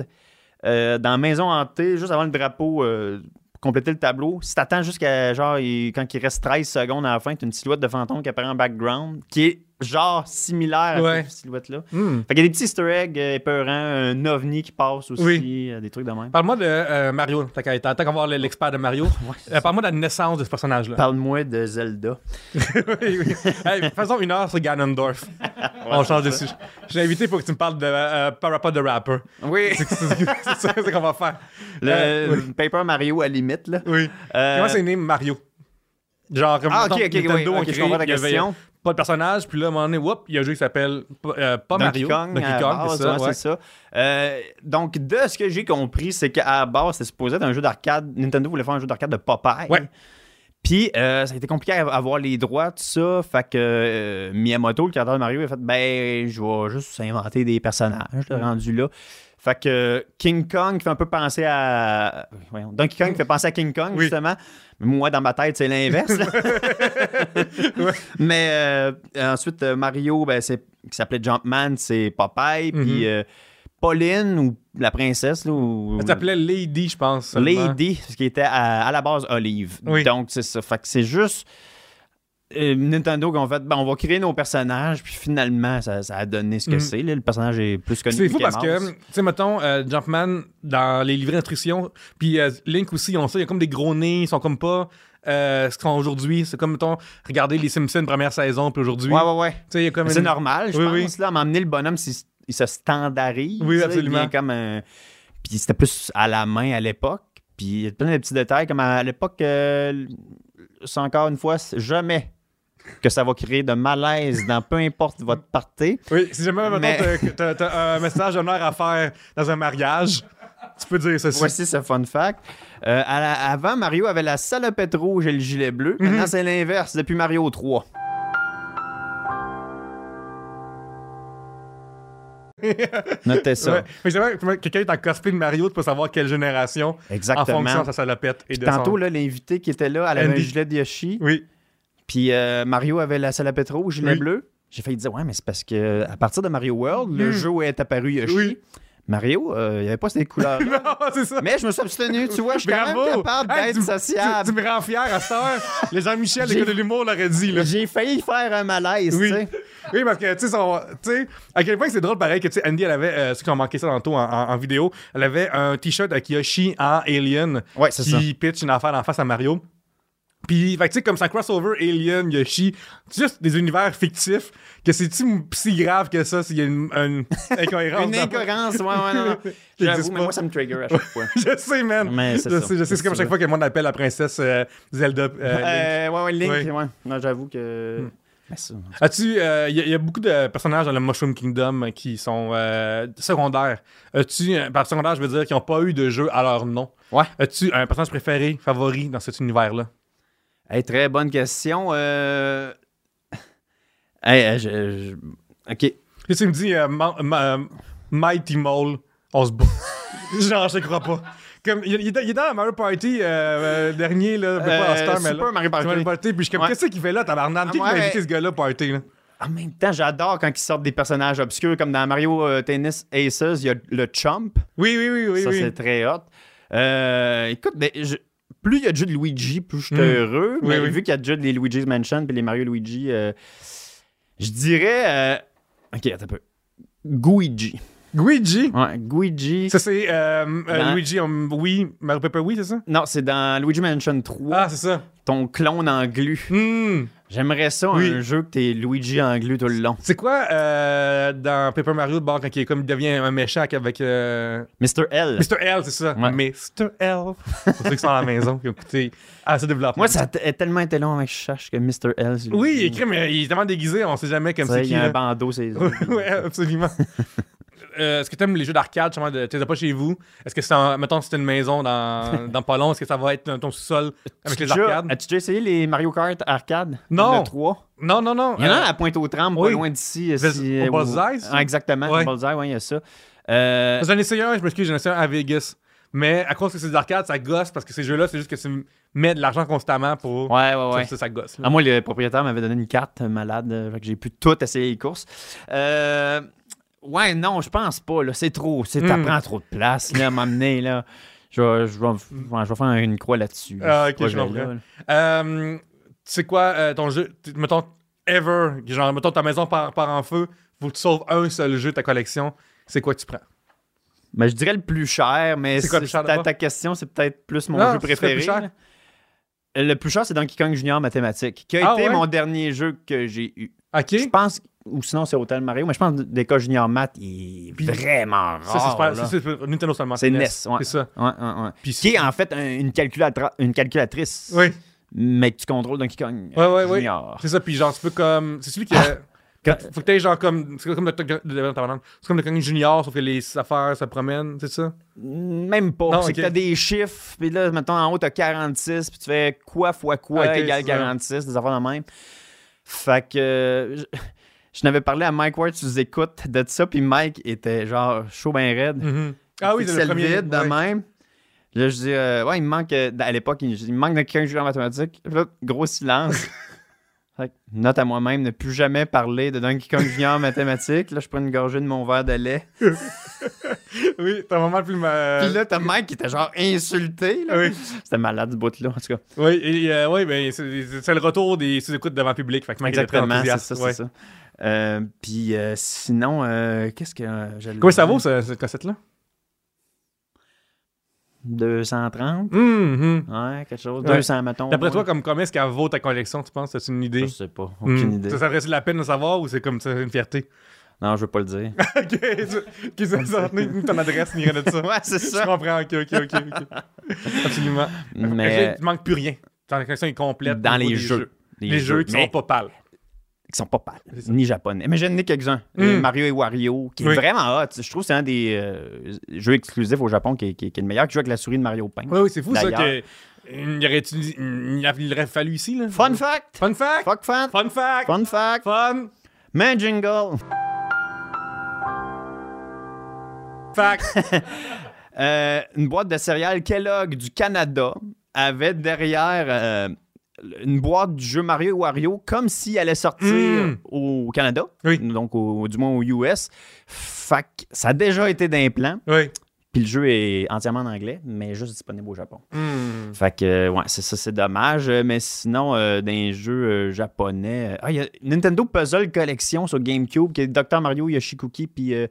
Speaker 1: euh, dans Maison Hantée, juste avant le drapeau, euh, pour compléter le tableau. Si t'attends jusqu'à genre, il- quand il reste 13 secondes à la fin, t'as une silhouette de fantôme qui apparaît en background, qui est genre similaire à
Speaker 2: Ouais.
Speaker 1: cette silhouette-là.
Speaker 2: Hmm.
Speaker 1: Fait qu'il y a des petits easter eggs euh, épeurants, un ovni qui passe aussi,
Speaker 2: Oui.
Speaker 1: euh, des trucs de même.
Speaker 2: Parle-moi de euh, Mario. T'as qu'à tant qu'à voir l'expert de Mario. Euh, Parle-moi de la naissance de ce personnage-là.
Speaker 1: Parle-moi de Zelda.
Speaker 2: oui, oui. Hey, faisons une heure sur Ganondorf. On change de sujet. Je l'ai invité pour que tu me parles de euh, Parappa the Rapper.
Speaker 1: Oui,
Speaker 2: C'est c'est ça c'est qu'on va faire.
Speaker 1: le
Speaker 2: Euh, oui.
Speaker 1: Paper Mario à la limite, là.
Speaker 2: Oui.
Speaker 1: Euh,
Speaker 2: Comment c'est né Mario? Genre, comme
Speaker 1: Ah, ok,
Speaker 2: mettons,
Speaker 1: ok, ok, oui,
Speaker 2: Nintendo,
Speaker 1: ok,
Speaker 2: ont créé,
Speaker 1: je comprends ta
Speaker 2: il y avait
Speaker 1: question.
Speaker 2: pas de personnage, puis là, à un moment donné, whoop, il y a un jeu qui s'appelle euh, pas
Speaker 1: Donkey
Speaker 2: Mario.
Speaker 1: Kong,
Speaker 2: Donkey
Speaker 1: à la
Speaker 2: Kong,
Speaker 1: base,
Speaker 2: c'est ça,
Speaker 1: ouais,
Speaker 2: ouais.
Speaker 1: c'est ça. Euh, donc, de ce que j'ai compris, c'est qu'à la base, c'était supposé être un jeu d'arcade. Nintendo voulait faire un jeu d'arcade de Popeye.
Speaker 2: Ouais.
Speaker 1: Puis, euh, ça a été compliqué à avoir les droits, tout ça. Fait que euh, Miyamoto, le créateur de Mario, il a fait ben, je vais juste inventer des personnages,
Speaker 2: Mm.
Speaker 1: là, rendu là. Fait que euh, King Kong qui fait un peu penser à. voyons, Donkey Kong qui fait penser à King Kong,
Speaker 2: Oui.
Speaker 1: justement. Moi, dans ma tête, c'est l'inverse. là. Mais euh, ensuite, euh, Mario, ben, c'est, qui s'appelait Jumpman, c'est Popeye.
Speaker 2: Mhm.
Speaker 1: Puis euh, Pauline, ou la princesse, là, ou,
Speaker 2: Elle s'appelait Lady, je pense. seulement.
Speaker 1: Lady, ce qui était à, à la base Olive.
Speaker 2: Oui.
Speaker 1: Donc, c'est ça. Fait que c'est juste euh, Nintendo qui ont fait, ben, on va créer nos personnages, puis finalement, ça, ça a donné ce que
Speaker 2: Mhm.
Speaker 1: c'est. là. Le personnage est plus connu
Speaker 2: C'est
Speaker 1: que
Speaker 2: fou
Speaker 1: Mickey
Speaker 2: parce que,
Speaker 1: Mouse.
Speaker 2: tu sais, mettons, euh, Jumpman, dans les livrets d'instruction, puis euh, Link aussi, on sait, il y a comme des gros nez, ils sont comme pas euh, ce qu'ils sont aujourd'hui. C'est comme, mettons, regarder les Simpsons première saison, puis aujourd'hui.
Speaker 1: Ouais, ouais, ouais.
Speaker 2: Tu sais, il y a comme
Speaker 1: Mais C'est
Speaker 2: une-
Speaker 1: normal, je
Speaker 2: Oui,
Speaker 1: pense.
Speaker 2: oui.
Speaker 1: Là, m'amener le bonhomme, c'est- il se standardise.
Speaker 2: Oui,
Speaker 1: tu sais,
Speaker 2: absolument.
Speaker 1: il devient comme un- Puis c'était plus à la main à l'époque. Puis il y a plein de petits détails. Comme à, à l'époque, euh, c'est encore une fois, c'est jamais que ça va créer de malaise dans peu importe votre party.
Speaker 2: Oui, si jamais, mettons,
Speaker 1: Mais-
Speaker 2: t'as- t'as- t'as un message d'honneur à faire dans un mariage, tu peux dire ceci.
Speaker 1: Voici ce fun fact. Euh, à la- avant, Mario avait la salopette rouge et le gilet bleu.
Speaker 2: Mhm.
Speaker 1: Maintenant, c'est l'inverse depuis Mario 3. Notez ça.
Speaker 2: Ouais. Mais c'est vrai que quelqu'un est en cosplay de Mario, tu peux savoir quelle génération, en
Speaker 1: Exactement.
Speaker 2: fonction de sa salopette et de
Speaker 1: Tantôt,
Speaker 2: son-
Speaker 1: là, l'invité qui était là, elle avait
Speaker 2: Andy.
Speaker 1: un gilet de Yoshi.
Speaker 2: Oui.
Speaker 1: Puis euh, Mario avait la salopette rouge, gilet
Speaker 2: Oui.
Speaker 1: bleu. J'ai failli dire, ouais, mais c'est parce que euh, à partir de Mario World,
Speaker 2: Mm.
Speaker 1: le jeu où est apparu Yoshi.
Speaker 2: Oui.
Speaker 1: Mario, euh, il n'y avait pas ces couleurs.
Speaker 2: Non, Oh, c'est ça.
Speaker 1: mais je me suis abstenu, tu vois, je suis quand même
Speaker 2: Bravo!
Speaker 1: capable
Speaker 2: Hey,
Speaker 1: d'être
Speaker 2: tu- Tu
Speaker 1: sociable.
Speaker 2: me rends fier à cette heure. Les Jean-Michel, les
Speaker 1: J'ai-
Speaker 2: gars de l'humour l'auraient dit, là.
Speaker 1: J'ai failli faire un malaise,
Speaker 2: Oui.
Speaker 1: tu sais.
Speaker 2: Oui, parce que, tu sais, son- tu sais, à quel point c'est drôle, pareil, que, tu sais, Andy, elle avait, euh, ceux qui ont manqué ça tantôt en, en, en vidéo, elle avait un t-shirt avec Yoshi en Alien
Speaker 1: Ouais, c'est ça.
Speaker 2: qui pitch une affaire en face à Mario. Puis, fait que, tu sais, comme ça, crossover Alien, Yoshi, c'est juste des univers fictifs, que c'est si grave que ça s'il y a une, une incohérence.
Speaker 1: Une
Speaker 2: dans-
Speaker 1: incohérence, ouais, ouais, non. non.
Speaker 2: existe
Speaker 1: J'avoue, mais
Speaker 2: pas.
Speaker 1: moi, ça me trigger à chaque fois.
Speaker 2: Je sais, man.
Speaker 1: Mais c'est
Speaker 2: je
Speaker 1: ça.
Speaker 2: sais, je sais, c'est comme à chaque fois que le monde appelle la princesse euh, Zelda. euh, Link. Hmm.
Speaker 1: Euh, ouais, ouais, Link,
Speaker 2: Oui.
Speaker 1: ouais. Non, j'avoue que. Mais ça, hein.
Speaker 2: As-tu. Il y, a beaucoup de personnages dans le Mushroom Kingdom qui sont euh, secondaires. As-tu. euh, Par secondaire, je veux dire, qui n'ont pas eu de jeu à leur nom.
Speaker 1: Ouais.
Speaker 2: As-tu un personnage préféré, favori dans cet univers-là
Speaker 1: Hey, très bonne question. Euh... Hey, euh, je- je- OK.
Speaker 2: Et tu me dis euh, Ma- Ma- Mighty Mole, on se bat. Genre, je te crois pas. Comme, il, il était- il est dans la Mario Party euh, euh, dernier, là, mais pas
Speaker 1: Euh,
Speaker 2: en star, mais là.
Speaker 1: Super Mario Party.
Speaker 2: Mario Party, puis je suis comme,
Speaker 1: Ouais.
Speaker 2: qu'est-ce qu'il fait là, tabarnak? Qui
Speaker 1: Ah,
Speaker 2: m'a
Speaker 1: ouais.
Speaker 2: invité ce gars-là, Party? Là?
Speaker 1: En même temps, j'adore quand ils sortent des personnages obscurs, comme dans Mario euh, Tennis Aces, il y a le Chump.
Speaker 2: Oui, oui, oui, oui.
Speaker 1: ça,
Speaker 2: oui.
Speaker 1: c'est très hot. Euh, écoute, ben, je- plus il y a de jeux de Luigi, plus je suis
Speaker 2: Mm.
Speaker 1: heureux.
Speaker 2: Oui,
Speaker 1: mais
Speaker 2: oui.
Speaker 1: vu qu'il y a déjà des Luigi's Mansion puis les Mario Luigi, euh, je dirais... euh, OK, attends un peu. Guigi.
Speaker 2: Luigi.
Speaker 1: Ouais, Luigi.
Speaker 2: Ça, c'est euh, euh,
Speaker 1: Dans-
Speaker 2: Luigi, euh, oui, Mario Pepper, oui, c'est ça?
Speaker 1: Non, c'est dans Luigi Mansion 3,
Speaker 2: Ah, c'est ça.
Speaker 1: ton clone en glu.
Speaker 2: Hmm.
Speaker 1: J'aimerais ça,
Speaker 2: Oui.
Speaker 1: un jeu que t'es Luigi en glu tout le long.
Speaker 2: C'est quoi euh, dans Paper Mario de bord quand il, est comme, il devient un méchant avec euh,
Speaker 1: Mr. L.
Speaker 2: Mr. L, c'est ça?
Speaker 1: Ouais.
Speaker 2: Mr. L. Pour ceux qui sont à la maison, qui ont écouté assez de développement.
Speaker 1: Moi, ça t- a tellement été long avec Cherche que Mr. L.
Speaker 2: Oui, il
Speaker 1: c'est
Speaker 2: est
Speaker 1: Luigi.
Speaker 2: écrit, mais il est tellement déguisé, on sait jamais comme
Speaker 1: Tu sais,
Speaker 2: c'est
Speaker 1: Il
Speaker 2: qui.
Speaker 1: y a
Speaker 2: là.
Speaker 1: un bandeau, c'est.
Speaker 2: ouais, absolument. Euh, est-ce que t'aimes les jeux d'arcade, justement, de- t'es pas chez vous? Est-ce que c'est, en- mettons, c'est une maison dans, dans pas long, est-ce que ça va être dans ton sous-sol avec
Speaker 1: As-tu
Speaker 2: les
Speaker 1: déjà-
Speaker 2: arcades?
Speaker 1: As-tu déjà essayé les Mario Kart arcade?
Speaker 2: Non.
Speaker 1: Le 3.
Speaker 2: Non, non, non.
Speaker 1: Il y en a
Speaker 2: euh,
Speaker 1: un à Pointe-aux-Trembles, pas
Speaker 2: oui.
Speaker 1: loin d'ici. euh,
Speaker 2: Vers-
Speaker 1: si-
Speaker 2: au
Speaker 1: au-
Speaker 2: Bullseye, ça?
Speaker 1: Ah, Exactement,
Speaker 2: Ouais.
Speaker 1: au Bullseye, ouais, il y a ça. Euh,
Speaker 2: J'en ai essayé un, je m'excuse, j'en ai essayé un à Vegas. Mais à cause que c'est des arcades, ça gosse parce que ces jeux-là, c'est juste que tu mets de l'argent constamment pour.
Speaker 1: Ouais, ouais,
Speaker 2: Ça,
Speaker 1: ouais.
Speaker 2: Ça, ça gosse. là.
Speaker 1: Ah, moi, le propriétaire m'avait donné une carte euh, malade, euh, fait que j'ai pu tout essayer les courses. Euh, ouais, non, je pense pas. Là, c'est trop. C'est, Ça
Speaker 2: Mm.
Speaker 1: prend trop de place là, à m'amener. Là. Je, vais- je, vais, ouais, je vais faire une croix là-dessus.
Speaker 2: Ah,
Speaker 1: ce
Speaker 2: ok, je
Speaker 1: projet-là,
Speaker 2: comprends.
Speaker 1: là.
Speaker 2: Euh, tu sais quoi, euh, ton jeu, t- mettons, ever, genre, mettons, ta maison part, part en feu, faut que tu sauves un seul jeu de ta collection, c'est quoi que tu prends
Speaker 1: Mais Ben, je dirais le plus cher, mais
Speaker 2: C'est quoi le plus cher
Speaker 1: ta,
Speaker 2: là-bas?
Speaker 1: ta question, c'est peut-être plus mon
Speaker 2: Non,
Speaker 1: jeu
Speaker 2: c'est le plus
Speaker 1: préféré.
Speaker 2: cher.
Speaker 1: là. Le plus cher, c'est Donkey Kong Junior Mathématiques, qui a
Speaker 2: Ah,
Speaker 1: été
Speaker 2: ouais?
Speaker 1: mon dernier jeu que j'ai eu.
Speaker 2: Ok
Speaker 1: Je pense, ou sinon c'est Hotel Mario, mais je pense que des cas Junior Math, il est
Speaker 2: Puis-
Speaker 1: vraiment
Speaker 2: Ça, c'est
Speaker 1: rare.
Speaker 2: super-
Speaker 1: là.
Speaker 2: ça, c'est pour Nintendo seulement.
Speaker 1: C'est NES, ouais.
Speaker 2: C'est ça.
Speaker 1: Ouais, ouais, ouais.
Speaker 2: Puis
Speaker 1: Qui est en fait un- une, calculatra- une calculatrice,
Speaker 2: Oui,
Speaker 1: mais que tu contrôles Donkey Kong
Speaker 2: Ouais, ouais, ouais.
Speaker 1: Junior.
Speaker 2: c'est ça. Puis genre, tu peux comme. C'est celui qui. a-
Speaker 1: Quand-
Speaker 2: Faut que t'aies genre comme. C'est comme le Donkey- le- pardon. C'est comme le Kong Junior, sauf que les affaires se promènent, c'est ça
Speaker 1: Même pas.
Speaker 2: Non,
Speaker 1: c'est
Speaker 2: ok.
Speaker 1: que t'as des chiffres, puis là, mettons, en haut, t'as 46, puis tu fais quoi fois quoi
Speaker 2: Ah, Ok,
Speaker 1: égale
Speaker 2: c'est ça.
Speaker 1: 46, des affaires de même. Fait que... euh, Je, je n'avais parlé à Mike Ward, tu nous écoutes de ça, puis Mike était genre chaud ben raide.
Speaker 2: Mhm. Ah oui, c'est le
Speaker 1: Pixel
Speaker 2: premier.
Speaker 1: vide de
Speaker 2: ouais.
Speaker 1: même. Là, je dis, euh, ouais, il me manque, euh, à l'époque, il, il me manque de 15 jeux en mathématiques. Puis Là, gros silence. Fait que, note à moi-même, ne plus jamais parler de Donkey Kong Junior en mathématiques. Là, je prends une gorgée de mon verre de lait.
Speaker 2: Oui, t'as un moment le plus. ma-
Speaker 1: Puis là, t'as Mike qui était genre insulté. là.
Speaker 2: Euh, Oui.
Speaker 1: C'était malade, ce bout-là, en tout cas.
Speaker 2: Oui, et, euh, oui, ben, c'est c'est- c'est le retour des sous-écoutes devant le public. Fait que Mike était très
Speaker 1: Exactement, c'est
Speaker 2: enthousiaste,
Speaker 1: ça, c'est
Speaker 2: ouais.
Speaker 1: ça. Euh, puis euh, sinon, euh, qu'est-ce que euh, j'allais
Speaker 2: Combien ça
Speaker 1: dire?
Speaker 2: vaut, ce- cette cassette-là
Speaker 1: 230?
Speaker 2: Mhm.
Speaker 1: Ouais, quelque chose.
Speaker 2: Ouais.
Speaker 1: 200, mettons.
Speaker 2: D'après toi,
Speaker 1: ouais.
Speaker 2: comme combien est-ce qu'elle vaut ta collection, tu penses C'est une idée
Speaker 1: Je sais pas, aucune
Speaker 2: Hmm.
Speaker 1: idée.
Speaker 2: Ça serait la peine de savoir ou c'est comme ça, une fierté
Speaker 1: Non, je veux pas le dire.
Speaker 2: Ok, tu- qui s'est sorti ni ton adresse ni rien de ça.
Speaker 1: ouais, c'est
Speaker 2: Je
Speaker 1: ça.
Speaker 2: comprends, ok, ok, ok. ok. Absolument.
Speaker 1: Mais-
Speaker 2: Mais. Il manque plus rien. Ta collection est complète.
Speaker 1: dans
Speaker 2: au niveau
Speaker 1: les
Speaker 2: des
Speaker 1: jeux.
Speaker 2: Les, jeux, qui
Speaker 1: mais-
Speaker 2: sont pas pâles.
Speaker 1: qui sont pas pâles,
Speaker 2: C'est ça.
Speaker 1: ni japonais. Mais j'en ai quelques-uns. Euh,
Speaker 2: Mm.
Speaker 1: Mario et Wario, qui est
Speaker 2: Oui.
Speaker 1: vraiment hot. Je trouve que c'est un des euh, jeux exclusifs au Japon qui est, qui est- qui est le meilleur, qui joue avec la souris de Mario Paint.
Speaker 2: Oui, oui, c'est fou ça que.
Speaker 1: D'ailleurs-
Speaker 2: Il aurait, il aurait- il aurait fallu ici, là.
Speaker 1: Fun fact!
Speaker 2: Fun fact!
Speaker 1: Fuck fact!
Speaker 2: Fun fact!
Speaker 1: Fun fact!
Speaker 2: Fun
Speaker 1: Mais jingle!
Speaker 2: fact!
Speaker 1: Euh, une boîte de céréales Kellogg du Canada avait derrière euh, une boîte du jeu Mario et Wario comme si elle allait sortir
Speaker 2: Mm.
Speaker 1: au Canada,
Speaker 2: Oui.
Speaker 1: donc au- du moins aux US. Fac, ça a déjà été d'implant.
Speaker 2: oui.
Speaker 1: Puis le jeu est entièrement en anglais, mais juste disponible au Japon.
Speaker 2: Hmm.
Speaker 1: Fait que, euh, ouais, c'est ça, c'est dommage. Euh, Mais sinon, euh, dans les jeux euh, japonais. euh, ah, il y a Nintendo Puzzle Collection sur GameCube, qui est Dr. Mario, Yoshikuki, puis euh,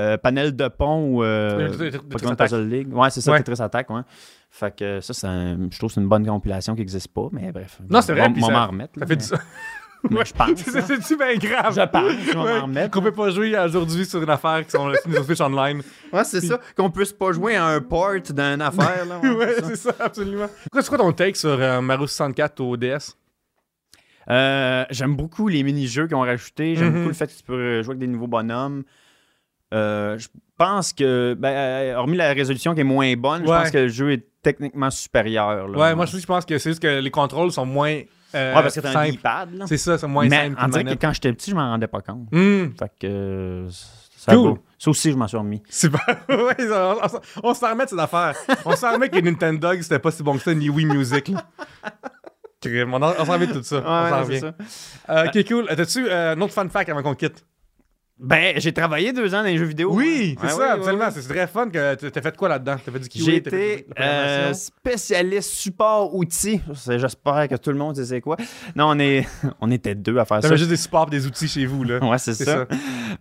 Speaker 1: euh, Panel de Pont ou euh,
Speaker 2: Le- le- le- le-
Speaker 1: Pokémon
Speaker 2: Tetris Attack.
Speaker 1: Puzzle League. Ouais, c'est ça,
Speaker 2: Ouais.
Speaker 1: Tetris Attack, ouais. Fait que euh, ça, c'est un- je trouve que c'est une bonne compilation qui n'existe pas, mais bref.
Speaker 2: Non, c'est vrai,
Speaker 1: On
Speaker 2: puis
Speaker 1: on
Speaker 2: ça-
Speaker 1: m'en remettre.
Speaker 2: Ça
Speaker 1: là,
Speaker 2: fait
Speaker 1: mais-
Speaker 2: du.
Speaker 1: mais
Speaker 2: Ouais.
Speaker 1: je pense.
Speaker 2: C'est-
Speaker 1: hein.
Speaker 2: C'est-tu bien grave?
Speaker 1: Je pense, je vais m'en
Speaker 2: Ouais.
Speaker 1: remettre.
Speaker 2: Qu'on peut pas jouer aujourd'hui sur une affaire qui sont sur Switch Online.
Speaker 1: Ouais, c'est ça. Qu'on puisse pas jouer à un port d'une affaire, là. ouais,
Speaker 2: Ouais,
Speaker 1: c'est ça.
Speaker 2: c'est ça, absolument. C'est quoi ton take sur euh, Mario 64 au DS?
Speaker 1: Euh, j'aime beaucoup les mini-jeux qu'ils ont rajoutés. J'aime
Speaker 2: Mhm.
Speaker 1: beaucoup le fait que tu peux euh, jouer avec des nouveaux bonhommes. Euh, je pense que, ben, euh, hormis la résolution qui est moins bonne, je
Speaker 2: Ouais.
Speaker 1: pense que le jeu est techniquement supérieur. là.
Speaker 2: Ouais, moi je je pense que c'est juste que les contrôles sont moins euh,
Speaker 1: Ouais, parce que t'as un
Speaker 2: simples.
Speaker 1: D-pad. là.
Speaker 2: C'est ça, c'est moins simple.
Speaker 1: Mais on
Speaker 2: qu'une
Speaker 1: dirait que
Speaker 2: manette.
Speaker 1: quand j'étais petit, je m'en rendais pas compte.
Speaker 2: Hmm,
Speaker 1: Fait que euh, ça
Speaker 2: Cool.
Speaker 1: vaut. Ça aussi, je m'en suis remis.
Speaker 2: super. Ouais, on on- on s'en remet de cette affaire. On s'en remet que Nintendo c'était pas si bon que ça, ni Wii Music. là. Crime, On, en- on s'en remet de tout ça. on s'en revient.
Speaker 1: ça.
Speaker 2: Euh, ok, cool. Euh, T'as-tu euh, un autre fun fact avant qu'on quitte?
Speaker 1: Ben, j'ai travaillé deux ans dans les jeux vidéo.
Speaker 2: Oui,
Speaker 1: moi.
Speaker 2: c'est
Speaker 1: Ouais,
Speaker 2: ça,
Speaker 1: ouais,
Speaker 2: absolument.
Speaker 1: ouais, ouais.
Speaker 2: C'est très fun que t- t'as fait quoi là-dedans? T'as fait du kiwi?
Speaker 1: J'ai
Speaker 2: t'as fait
Speaker 1: été
Speaker 2: de la programmation?
Speaker 1: euh, spécialiste support outils. Ça, c'est- J'espère que tout le monde sait c'est quoi. Non, on, est, on était deux à faire ça.
Speaker 2: T'avais juste des supports pis des outils chez vous, là.
Speaker 1: Ouais, c'est
Speaker 2: C'est
Speaker 1: ça.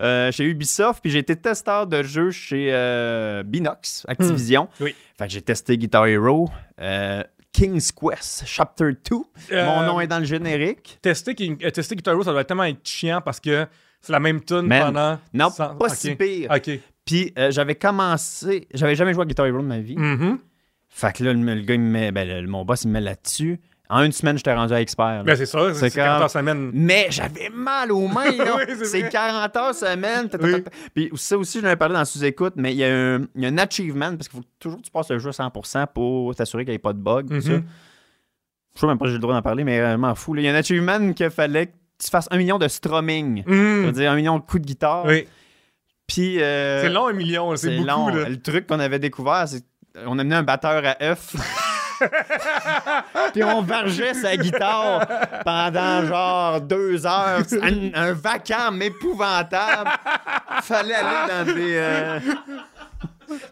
Speaker 1: Euh, chez Ubisoft, puis j'ai été testeur de jeux chez euh, Binox, Activision.
Speaker 2: Hmm. Oui.
Speaker 1: Fait que j'ai testé Guitar Hero, euh, King's Quest, Chapter 2.
Speaker 2: Euh,
Speaker 1: Mon nom est dans le générique.
Speaker 2: Tester, King- euh, tester Guitar Hero, ça doit être tellement être chiant parce que c'est la même tune
Speaker 1: Man,
Speaker 2: pendant.
Speaker 1: Non,
Speaker 2: cent-
Speaker 1: pas
Speaker 2: ok. Ah.
Speaker 1: si pire.
Speaker 2: Ok.
Speaker 1: Puis euh, j'avais commencé, j'avais jamais joué à Guitar Hero de ma vie.
Speaker 2: Mhm.
Speaker 1: Fait que là, le, le gars, il me met, ben, le- mon boss, il me met là-dessus. En une semaine, j'étais rendu à expert. là.
Speaker 2: Ben, c'est ça,
Speaker 1: C'est
Speaker 2: c'est 40
Speaker 1: comme-
Speaker 2: heures semaine.
Speaker 1: Mais j'avais mal aux mains, là.
Speaker 2: Oui, c'est
Speaker 1: c'est
Speaker 2: vrai.
Speaker 1: 40 heures semaine. ta, ta, ta,
Speaker 2: Oui.
Speaker 1: ta. Puis ça aussi, je l'avais parlé dans sous-écoute, mais il y, a un, il y a un achievement, parce qu'il faut toujours que tu passes le jeu à 100% pour t'assurer qu'il n'y ait pas de bug. tout
Speaker 2: Mhm.
Speaker 1: ça. Je sais même pas si j'ai le droit d'en parler, mais euh, je m'en fous. là. Il y a un achievement qu'il fallait que tu fasses un million de strumming.
Speaker 2: Mhm.
Speaker 1: Ça veut dire un million de coups de guitare.
Speaker 2: Oui.
Speaker 1: Puis, euh,
Speaker 2: C'est long, un million, c'est
Speaker 1: c'est
Speaker 2: beaucoup,
Speaker 1: long.
Speaker 2: là.
Speaker 1: Le truc qu'on avait découvert, c'est qu'on amenait un batteur à F. Puis on vargeait sa guitare pendant genre deux heures. C'est Un, un vacarme épouvantable. Fallait aller dans des. euh,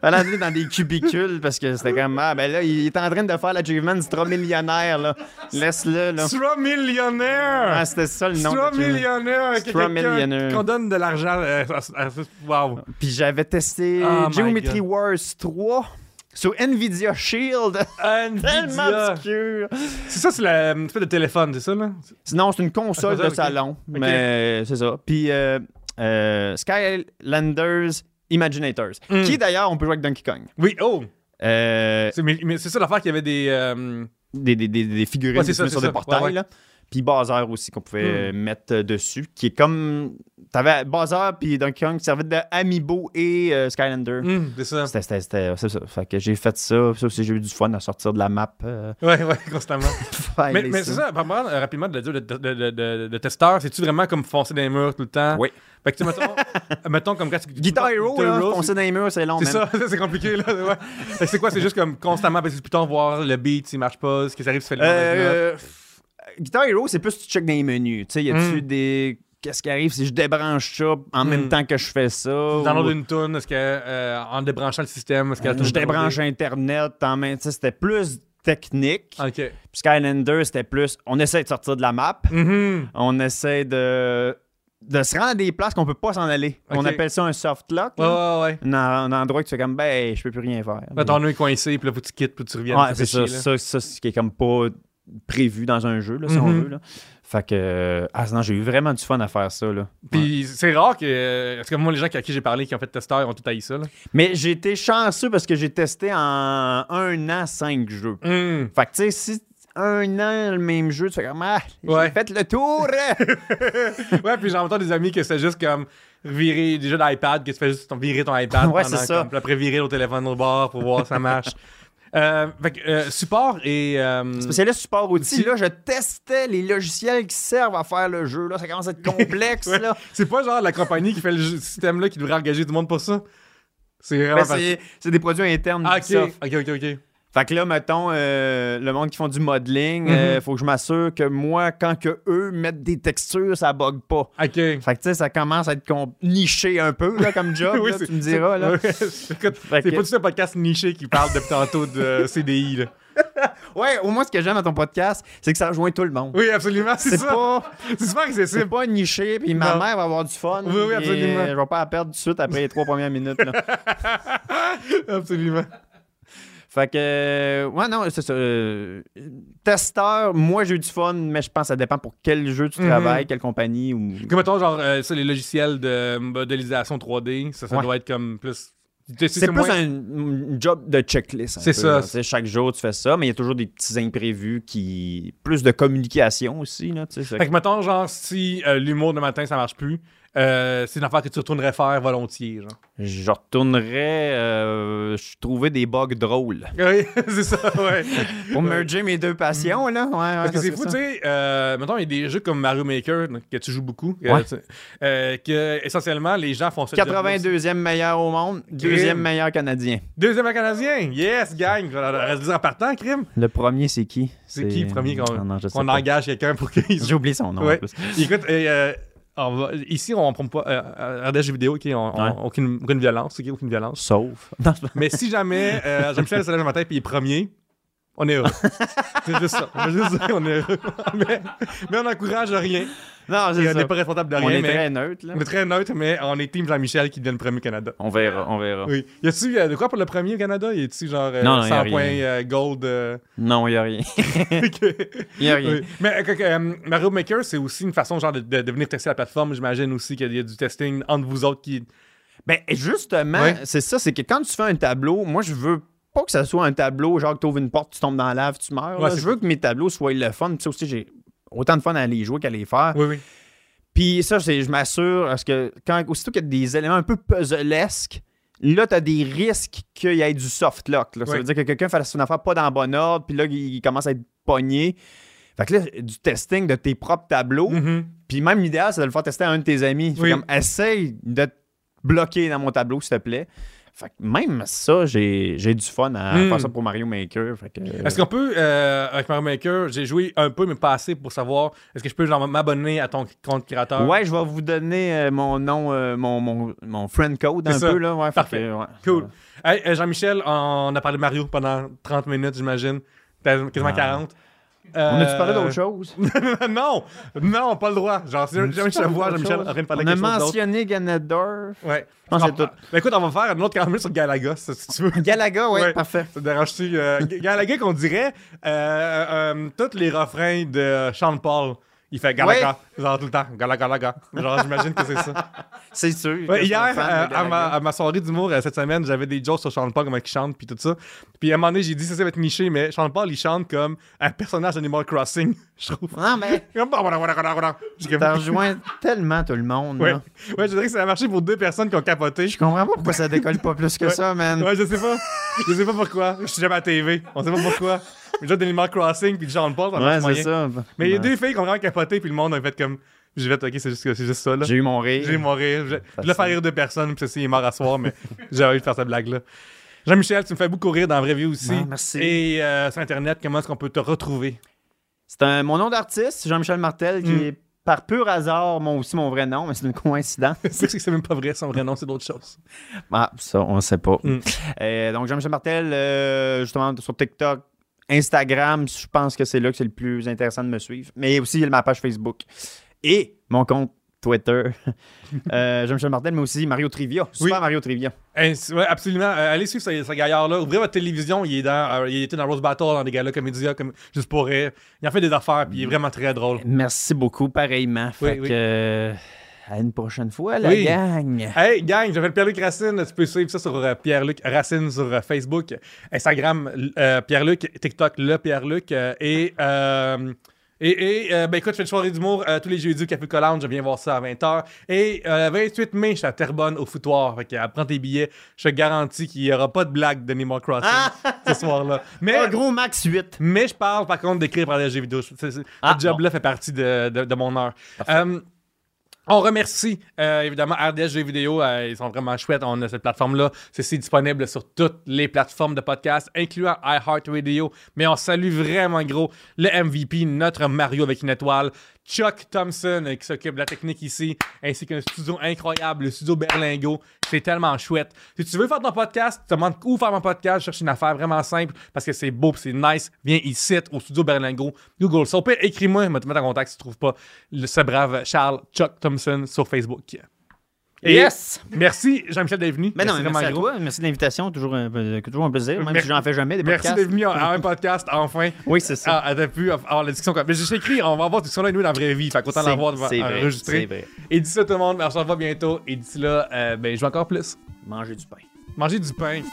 Speaker 1: Fallait aller dans des cubicules parce que c'était comme. Ah, ben là, il est en train de faire l'achievement Stra millionnaire, là. Laisse-le, là.
Speaker 2: 3 millionnaires!
Speaker 1: Ah, c'était ça le nom. de
Speaker 2: Stra
Speaker 1: l'achievement.
Speaker 2: millionnaire! que
Speaker 1: Stra
Speaker 2: quelqu'un-
Speaker 1: millionnaire.
Speaker 2: Qu'on donne de l'argent. euh, à- à- Wow!
Speaker 1: Puis j'avais testé
Speaker 2: Oh my
Speaker 1: Geometry
Speaker 2: God.
Speaker 1: Wars 3 sur Nvidia Shield. Tellement
Speaker 2: Nvidia.
Speaker 1: obscur.
Speaker 2: C'est ça, c'est la une espèce de téléphone, c'est ça, là?
Speaker 1: Sinon, c'est une console
Speaker 2: Ah,
Speaker 1: de
Speaker 2: c'est ça, ok.
Speaker 1: salon. Mais c'est ça. Puis euh, euh, Skylanders Imaginators.
Speaker 2: Mm.
Speaker 1: Qui d'ailleurs, on peut jouer avec Donkey Kong.
Speaker 2: Oui, oh!
Speaker 1: Euh,
Speaker 2: C'est, mais, mais c'est ça l'affaire qu'il y avait des. euh,
Speaker 1: des, des, des, des figurines
Speaker 2: Ouais, c'est
Speaker 1: dessinées
Speaker 2: ça, c'est
Speaker 1: sur des
Speaker 2: ça.
Speaker 1: portails.
Speaker 2: Ouais, Mm. ouais.
Speaker 1: là. Puis Bazaar aussi, qu'on pouvait euh, mettre euh, dessus. Qui est comme. T'avais Bazaar puis Donkey Kong qui servaient de Amiibo et euh, Skylander.
Speaker 2: hum, c'est ça.
Speaker 1: C'était- C'était c'était- c'est ça. Fait que j'ai fait ça. Ça aussi, j'ai eu du fun à sortir de la map. euh,
Speaker 2: Ouais, ouais, constamment.
Speaker 1: faire
Speaker 2: mais
Speaker 1: les
Speaker 2: mais c'est ça, par rapport, euh, rapidement, de dire de, de, de, de- de testeur, c'est-tu vraiment comme foncer dans les murs tout le temps?
Speaker 1: Oui.
Speaker 2: Fait que, tu sais, mettons, mettons comme quand tu.
Speaker 1: Guitar Hero, là,
Speaker 2: Hero,
Speaker 1: foncer dans les murs, c'est long.
Speaker 2: C'est
Speaker 1: man.
Speaker 2: ça, c'est compliqué là. ouais. Fait que c'est quoi? C'est juste comme constamment appuyer sur le bouton, voir le beat, s'il marche pas, ce qui s'arrive, tu fais le
Speaker 1: Euh, f- Guitar Hero, c'est plus tu check dans les menus. Tu sais, y a-tu
Speaker 2: Mm.
Speaker 1: des. Qu'est-ce qui arrive si je débranche ça en même
Speaker 2: Mm.
Speaker 1: temps que je fais ça?
Speaker 2: Download
Speaker 1: Ou
Speaker 2: une tune, est-ce que euh, en débranchant le système, est-ce que la toune
Speaker 1: Je
Speaker 2: est
Speaker 1: débranche Internet en même tu sais, C'était plus technique.
Speaker 2: downloadée? Ok.
Speaker 1: Puis Skylander, c'était plus. On essaie de sortir de la map.
Speaker 2: Mhm.
Speaker 1: On essaie de. De se rendre à des places qu'on peut pas s'en aller. On
Speaker 2: Ok.
Speaker 1: appelle ça un soft lock.
Speaker 2: Ouais,
Speaker 1: là.
Speaker 2: ouais, ouais.
Speaker 1: un, en- un endroit que tu fais comme ben je peux plus rien faire.
Speaker 2: Là, ton nœud est coincé, puis là, faut que tu quittes, puis tu reviennes.
Speaker 1: Ouais,
Speaker 2: ça fait
Speaker 1: c'est ça,
Speaker 2: chier, là.
Speaker 1: ça, ça, c'est ce qui est comme pas prévu dans un jeu là, si on
Speaker 2: Mhm.
Speaker 1: veut là. Fait que euh, ah non, j'ai eu vraiment du fun à faire ça là. Ouais.
Speaker 2: Puis c'est rare que. euh, Parce que moi, les gens à qui j'ai parlé qui ont fait testeur, ils ont tout haï ça. Là.
Speaker 1: Mais j'ai été chanceux parce que j'ai testé en un an cinq jeux.
Speaker 2: Mhm.
Speaker 1: Fait que tu sais si un an le même jeu, tu fais comme ah, j'ai
Speaker 2: Ouais.
Speaker 1: fait le tour.
Speaker 2: ouais, puis j'entends des amis que c'est juste comme virer des jeux d'iPad, que tu fais juste ton- virer ton iPad.
Speaker 1: Ouais,
Speaker 2: pendant
Speaker 1: c'est ça.
Speaker 2: comme- puis après, virer au téléphone au bord pour voir si ça marche. Euh, fait que, euh, support et. euh,
Speaker 1: Spécialiste support outils
Speaker 2: Outils.
Speaker 1: là, je testais les logiciels qui servent à faire le jeu là, ça commence à être complexe
Speaker 2: Ouais.
Speaker 1: là.
Speaker 2: C'est pas genre la compagnie qui fait le jeu- système là qui devrait engager tout le monde pour ça. C'est vraiment
Speaker 1: Ben,
Speaker 2: pas-
Speaker 1: c'est c'est des produits internes
Speaker 2: Ah,
Speaker 1: ça.
Speaker 2: ok, ok, ok, ok.
Speaker 1: Fait que là, mettons, euh, le monde qui font du modeling, euh,
Speaker 2: Mhm.
Speaker 1: faut que je m'assure que moi, quand que eux mettent des textures, ça bug pas.
Speaker 2: Ok.
Speaker 1: Fait que tu sais, ça commence à être com- niché un peu là, comme job, là, tu me diras. Là.
Speaker 2: Ouais, écoute,
Speaker 1: Fait
Speaker 2: c'est
Speaker 1: que-
Speaker 2: pas tout un podcast niché qui parle depuis tantôt de euh, CDI. Là.
Speaker 1: Ouais, au moins, ce que j'aime à ton podcast, c'est que ça rejoint tout le monde.
Speaker 2: Oui, absolument, c'est
Speaker 1: c'est
Speaker 2: ça.
Speaker 1: pas,
Speaker 2: C'est super
Speaker 1: c'est
Speaker 2: accessible.
Speaker 1: pas niché, puis ma
Speaker 2: Non.
Speaker 1: mère va avoir du fun.
Speaker 2: Oui, oui,
Speaker 1: puis
Speaker 2: absolument.
Speaker 1: Je vais pas la perdre tout de suite après les trois premières minutes. là.
Speaker 2: Absolument.
Speaker 1: Fait que, euh, ouais, non, c'est ça. euh, testeur, moi, j'ai eu du fun, mais je pense que ça dépend pour quel jeu tu
Speaker 2: Mhm.
Speaker 1: travailles, quelle compagnie. Ou...
Speaker 2: Comme mettons, genre, euh, ça, les logiciels de modélisation 3D, ça, ça
Speaker 1: Ouais.
Speaker 2: doit être comme plus. Tu sais,
Speaker 1: C'est plus
Speaker 2: moins-
Speaker 1: un un job de checklist. un
Speaker 2: C'est
Speaker 1: peu,
Speaker 2: ça.
Speaker 1: là. Tu sais, chaque jour, tu fais ça, mais il y a toujours des petits imprévus qui. Plus de communication aussi. Là, tu sais, ça-
Speaker 2: Fait que mettons, genre, si euh, l'humour de matin ça marche plus, euh, c'est une affaire que tu retournerais faire volontiers, genre.
Speaker 1: Je retournerais. euh, je trouvais des bugs drôles.
Speaker 2: Oui, c'est ça, ouais.
Speaker 1: Pour merger mes deux passions, là. Ouais, ouais,
Speaker 2: Parce que
Speaker 1: ça
Speaker 2: c'est
Speaker 1: serait
Speaker 2: fou,
Speaker 1: Mm. ça.
Speaker 2: tu sais, euh, mettons, il y a des jeux comme Mario Maker donc, que tu joues beaucoup, euh,
Speaker 1: Ouais.
Speaker 2: tu- euh, que essentiellement, les gens font ça.
Speaker 1: 82e meilleur au monde, deuxième meilleur canadien.
Speaker 2: Deuxième Canadien, yes, gang. On reste dire en partant, crime.
Speaker 1: Le premier, c'est qui
Speaker 2: C'est qui le premier qu'on-
Speaker 1: Ah non, je sais
Speaker 2: Qu'on
Speaker 1: pas.
Speaker 2: engage quelqu'un pour qu'il
Speaker 1: J'ai oublié son nom. en
Speaker 2: Ouais.
Speaker 1: plus.
Speaker 2: Écoute, euh, euh, on va- ici, on ne prend pas. Euh, RDS jeux vidéo, OK, on- on-
Speaker 1: Ouais.
Speaker 2: aucune, aucune violence, OK, aucune violence.
Speaker 1: Sauf.
Speaker 2: Mais si jamais euh, Jean-Michel se lève un matin et il est premier, on est heureux. c'est juste ça. On va juste dire on est heureux. mais, mais on n'encourage rien.
Speaker 1: Non,
Speaker 2: Et
Speaker 1: c'est
Speaker 2: on
Speaker 1: ça.
Speaker 2: n'est pas responsable de
Speaker 1: On
Speaker 2: rien.
Speaker 1: est
Speaker 2: mais
Speaker 1: très neutre, là.
Speaker 2: On est très neutre, mais on est Team Jean-Michel qui devient le premier au Canada.
Speaker 1: On verra, on verra.
Speaker 2: Oui. Y a-tu euh, de quoi pour le premier au Canada Y a-tu genre euh,
Speaker 1: Non, non, y a
Speaker 2: 100
Speaker 1: rien.
Speaker 2: points euh, gold euh,
Speaker 1: Non, il n'y a rien. Il n'y a rien.
Speaker 2: oui. Mais euh, que- euh, Mario Maker, c'est aussi une façon genre de, de- de venir tester la plateforme. J'imagine aussi qu'il y a du testing entre vous autres qui.
Speaker 1: Ben, justement,
Speaker 2: Ouais.
Speaker 1: c'est ça, c'est que quand tu fais un tableau, moi, je veux pas que ça soit un tableau, genre que tu ouvres une porte, tu tombes dans la lave, tu meurs.
Speaker 2: Ouais,
Speaker 1: là.
Speaker 2: c'est
Speaker 1: je veux que mes tableaux soient le fun. Puis ça aussi, j'ai autant de fun à les jouer qu'à les faire.
Speaker 2: Oui, oui.
Speaker 1: Puis ça, c'est- je m'assure, parce que quand, aussitôt qu'il y a des éléments un peu puzzlesques, là, tu as des risques qu'il y ait du soft lock. là. Ça
Speaker 2: Oui.
Speaker 1: veut dire que quelqu'un fasse son affaire pas dans le bon ordre, puis là, il, il commence à être pogné. Fait que là, du testing de tes propres tableaux,
Speaker 2: Mhm.
Speaker 1: puis même l'idéal, c'est de le faire tester à un de tes amis. Fait
Speaker 2: Oui.
Speaker 1: comme, essaye de te bloquer dans mon tableau, s'il te plaît. Fait que même ça, j'ai j'ai du fun à
Speaker 2: Mm.
Speaker 1: faire ça pour Mario Maker. Fait que,
Speaker 2: Est-ce qu'on peut, euh, avec Mario Maker, j'ai joué un peu, mais pas assez pour savoir est-ce que je peux genre m'abonner à ton compte créateur
Speaker 1: Ouais, je vais vous donner euh, mon nom, euh, mon, mon, mon friend code un
Speaker 2: C'est ça.
Speaker 1: peu. Là. Ouais, fait
Speaker 2: Parfait.
Speaker 1: que, ouais.
Speaker 2: Cool. Hey, euh, Jean-Michel, on a parlé de Mario pendant 30 minutes, j'imagine. Peut-être Quasiment
Speaker 1: Ah.
Speaker 2: 40.
Speaker 1: On
Speaker 2: Euh,
Speaker 1: a-tu parlé d'autre chose?
Speaker 2: chose? non! Non, pas le droit. Genre, si Jean-Michel
Speaker 1: On
Speaker 2: voit Jean-Michel en
Speaker 1: a-tu parlé d'autre
Speaker 2: train de parler de
Speaker 1: chose?
Speaker 2: quelque
Speaker 1: On a
Speaker 2: chose d'autre.
Speaker 1: mentionné Ganondorf.
Speaker 2: Ouais.
Speaker 1: pense que c'est
Speaker 2: Ah, ben écoute, on va faire un autre 40 minutes sur Galaga, si si tu veux.
Speaker 1: Galaga, ouais,
Speaker 2: Ouais.
Speaker 1: parfait.
Speaker 2: Ça te dérange-tu? Euh, G- Galaga, qu'on dirait, euh, euh, tous les refrains de Sean Paul, il fait Galaga, genre tout le temps. Galaga, Galaga. Genre, j'imagine que c'est ça.
Speaker 1: C'est sûr.
Speaker 2: Ouais,
Speaker 1: que je suis
Speaker 2: hier,
Speaker 1: un fan de
Speaker 2: euh, à,
Speaker 1: Galaga.
Speaker 2: ma, à ma soirée d'humour euh, cette semaine, j'avais des jokes sur Sean Paul, comment il chante, puis tout ça. Puis à un moment donné, j'ai dit, ça, ça va être niché, mais Sean Paul, il chante comme un personnage d'Animal Crossing, je trouve.
Speaker 1: Non, mais
Speaker 2: Comme, bah, voilà, voilà, voilà, voilà. J'ai comme-
Speaker 1: t'as rejoint tellement tout le monde.
Speaker 2: Ouais.
Speaker 1: là.
Speaker 2: Ouais, je dirais que ça a marché pour deux personnes qui ont capoté.
Speaker 1: hein. Je comprends pas pourquoi ça décolle pas plus que
Speaker 2: Ouais.
Speaker 1: ça, man.
Speaker 2: Ouais, je sais pas. Je sais pas pourquoi. Je suis jamais à la TV. On sait pas pourquoi. Mais déjà, d'Animal Crossing, puis de Sean Paul, ça marche
Speaker 1: Ouais,
Speaker 2: moyen.
Speaker 1: c'est ça.
Speaker 2: Mais il y a
Speaker 1: Ouais.
Speaker 2: deux filles qui ont vraiment capoté, puis le monde a fait comme. J'ai fait, ok, c'est juste, c'est juste ça, là.
Speaker 1: J'ai eu mon rire.
Speaker 2: J'ai mourir. Je, je voulais
Speaker 1: Facile.
Speaker 2: faire rire deux personnes, puis ceci il est mort à soir, mais j'avais envie de faire cette blague-là. Jean-Michel, tu me fais beaucoup rire dans la vraie vie aussi.
Speaker 1: Ah, merci.
Speaker 2: Et euh, sur Internet, comment est-ce qu'on peut te retrouver?
Speaker 1: C'est un- mon nom d'artiste, Jean-Michel Martel, qui
Speaker 2: Mm.
Speaker 1: est par pur hasard mon, aussi mon vrai nom, mais c'est une coïncidence.
Speaker 2: c'est que c'est même pas vrai, son vrai nom, c'est d'autres choses.
Speaker 1: Ah, ça, on sait pas.
Speaker 2: Mm.
Speaker 1: Euh, donc, Jean-Michel Martel, euh, justement, sur TikTok, Instagram, je pense que c'est là que c'est le plus intéressant de me suivre. Mais aussi, il y a ma page Facebook et mon compte Twitter. Euh, Jean-Michel Martel, mais aussi Mario Trivia. Super
Speaker 2: Oui.
Speaker 1: Mario Trivia.
Speaker 2: Hein, c'est- ouais, absolument. Euh, allez suivre ce, ce gaillard-là. Ouvrez votre télévision. Il, est dans, euh, il était dans Rose Battle, dans des gars-là, comédia, comme, juste pour rire. Il en fait des affaires, puis il est vraiment très drôle.
Speaker 1: Merci beaucoup, pareillement. Fait
Speaker 2: Oui, oui.
Speaker 1: que, euh, à une prochaine fois, la
Speaker 2: Oui.
Speaker 1: gang.
Speaker 2: Hey gang, j'appelle Pierre-Luc Racine. Tu peux suivre ça sur euh, Pierre-Luc Racine sur euh, Facebook, Instagram euh, Pierre-Luc, TikTok le Pierre-Luc euh, et euh, et, et, euh, ben écoute, je fais une soirée d'humour euh, tous les jeudis au Café Collant, je viens voir ça à 20h. Et euh, le 28 mai, je suis à Terrebonne au foutoir. Fait que, euh, prends tes billets, je te garantis qu'il n'y aura pas de blague de Nemo Crossing ce soir-là. Mais,
Speaker 1: Un Oh, gros max 8.
Speaker 2: mais je parle par contre d'écrire par les jeux vidéo. C'est- c'est-
Speaker 1: Ah,
Speaker 2: ce job-là fait partie de, de- de mon heure. Euh, on remercie euh, évidemment RDS Jeux Vidéo, euh, ils sont vraiment chouettes. On a cette plateforme-là. Ceci disponible sur toutes les plateformes de podcast, incluant iHeartRadio. Mais on salue vraiment gros le MVP, notre Mario avec une étoile, Chuck Thompson euh, qui s'occupe de la technique ici, ainsi qu'un studio incroyable, le studio Berlingo. C'est tellement chouette. Si tu veux faire ton podcast, tu te demandes où faire mon podcast, je cherche une affaire vraiment simple parce que c'est beau, pis c'est nice. Viens ici au studio Berlingo, Google ça. Au pire, écris-moi, je vais te mettre en contact si tu trouves pas le, ce brave Charles Chuck Thompson sur Facebook. Et
Speaker 1: Yes!
Speaker 2: Merci Jean-Michel d'être venu.
Speaker 1: Mais non, mais
Speaker 2: vraiment
Speaker 1: merci à
Speaker 2: gros.
Speaker 1: toi. Merci de l'invitation. Toujours un, euh, toujours un plaisir, même
Speaker 2: Mer-
Speaker 1: si j'en fais jamais des
Speaker 2: Merci
Speaker 1: podcasts.
Speaker 2: d'être venu à- à un podcast enfin.
Speaker 1: Oui, c'est ça.
Speaker 2: Ah, t'as pu avoir la discussion. comme- Mais j'ai écrit, on va avoir tout ça là, nous, dans la vraie vie. Fait qu'autant
Speaker 1: C'est-
Speaker 2: l'avoir devant-
Speaker 1: c'est vrai,
Speaker 2: enregistré.
Speaker 1: c'est vrai.
Speaker 2: Et d'ici là, tout le monde, on se revoit bientôt. Et d'ici là, euh, ben, je vais encore plus.
Speaker 1: Manger du pain.
Speaker 2: Manger du pain.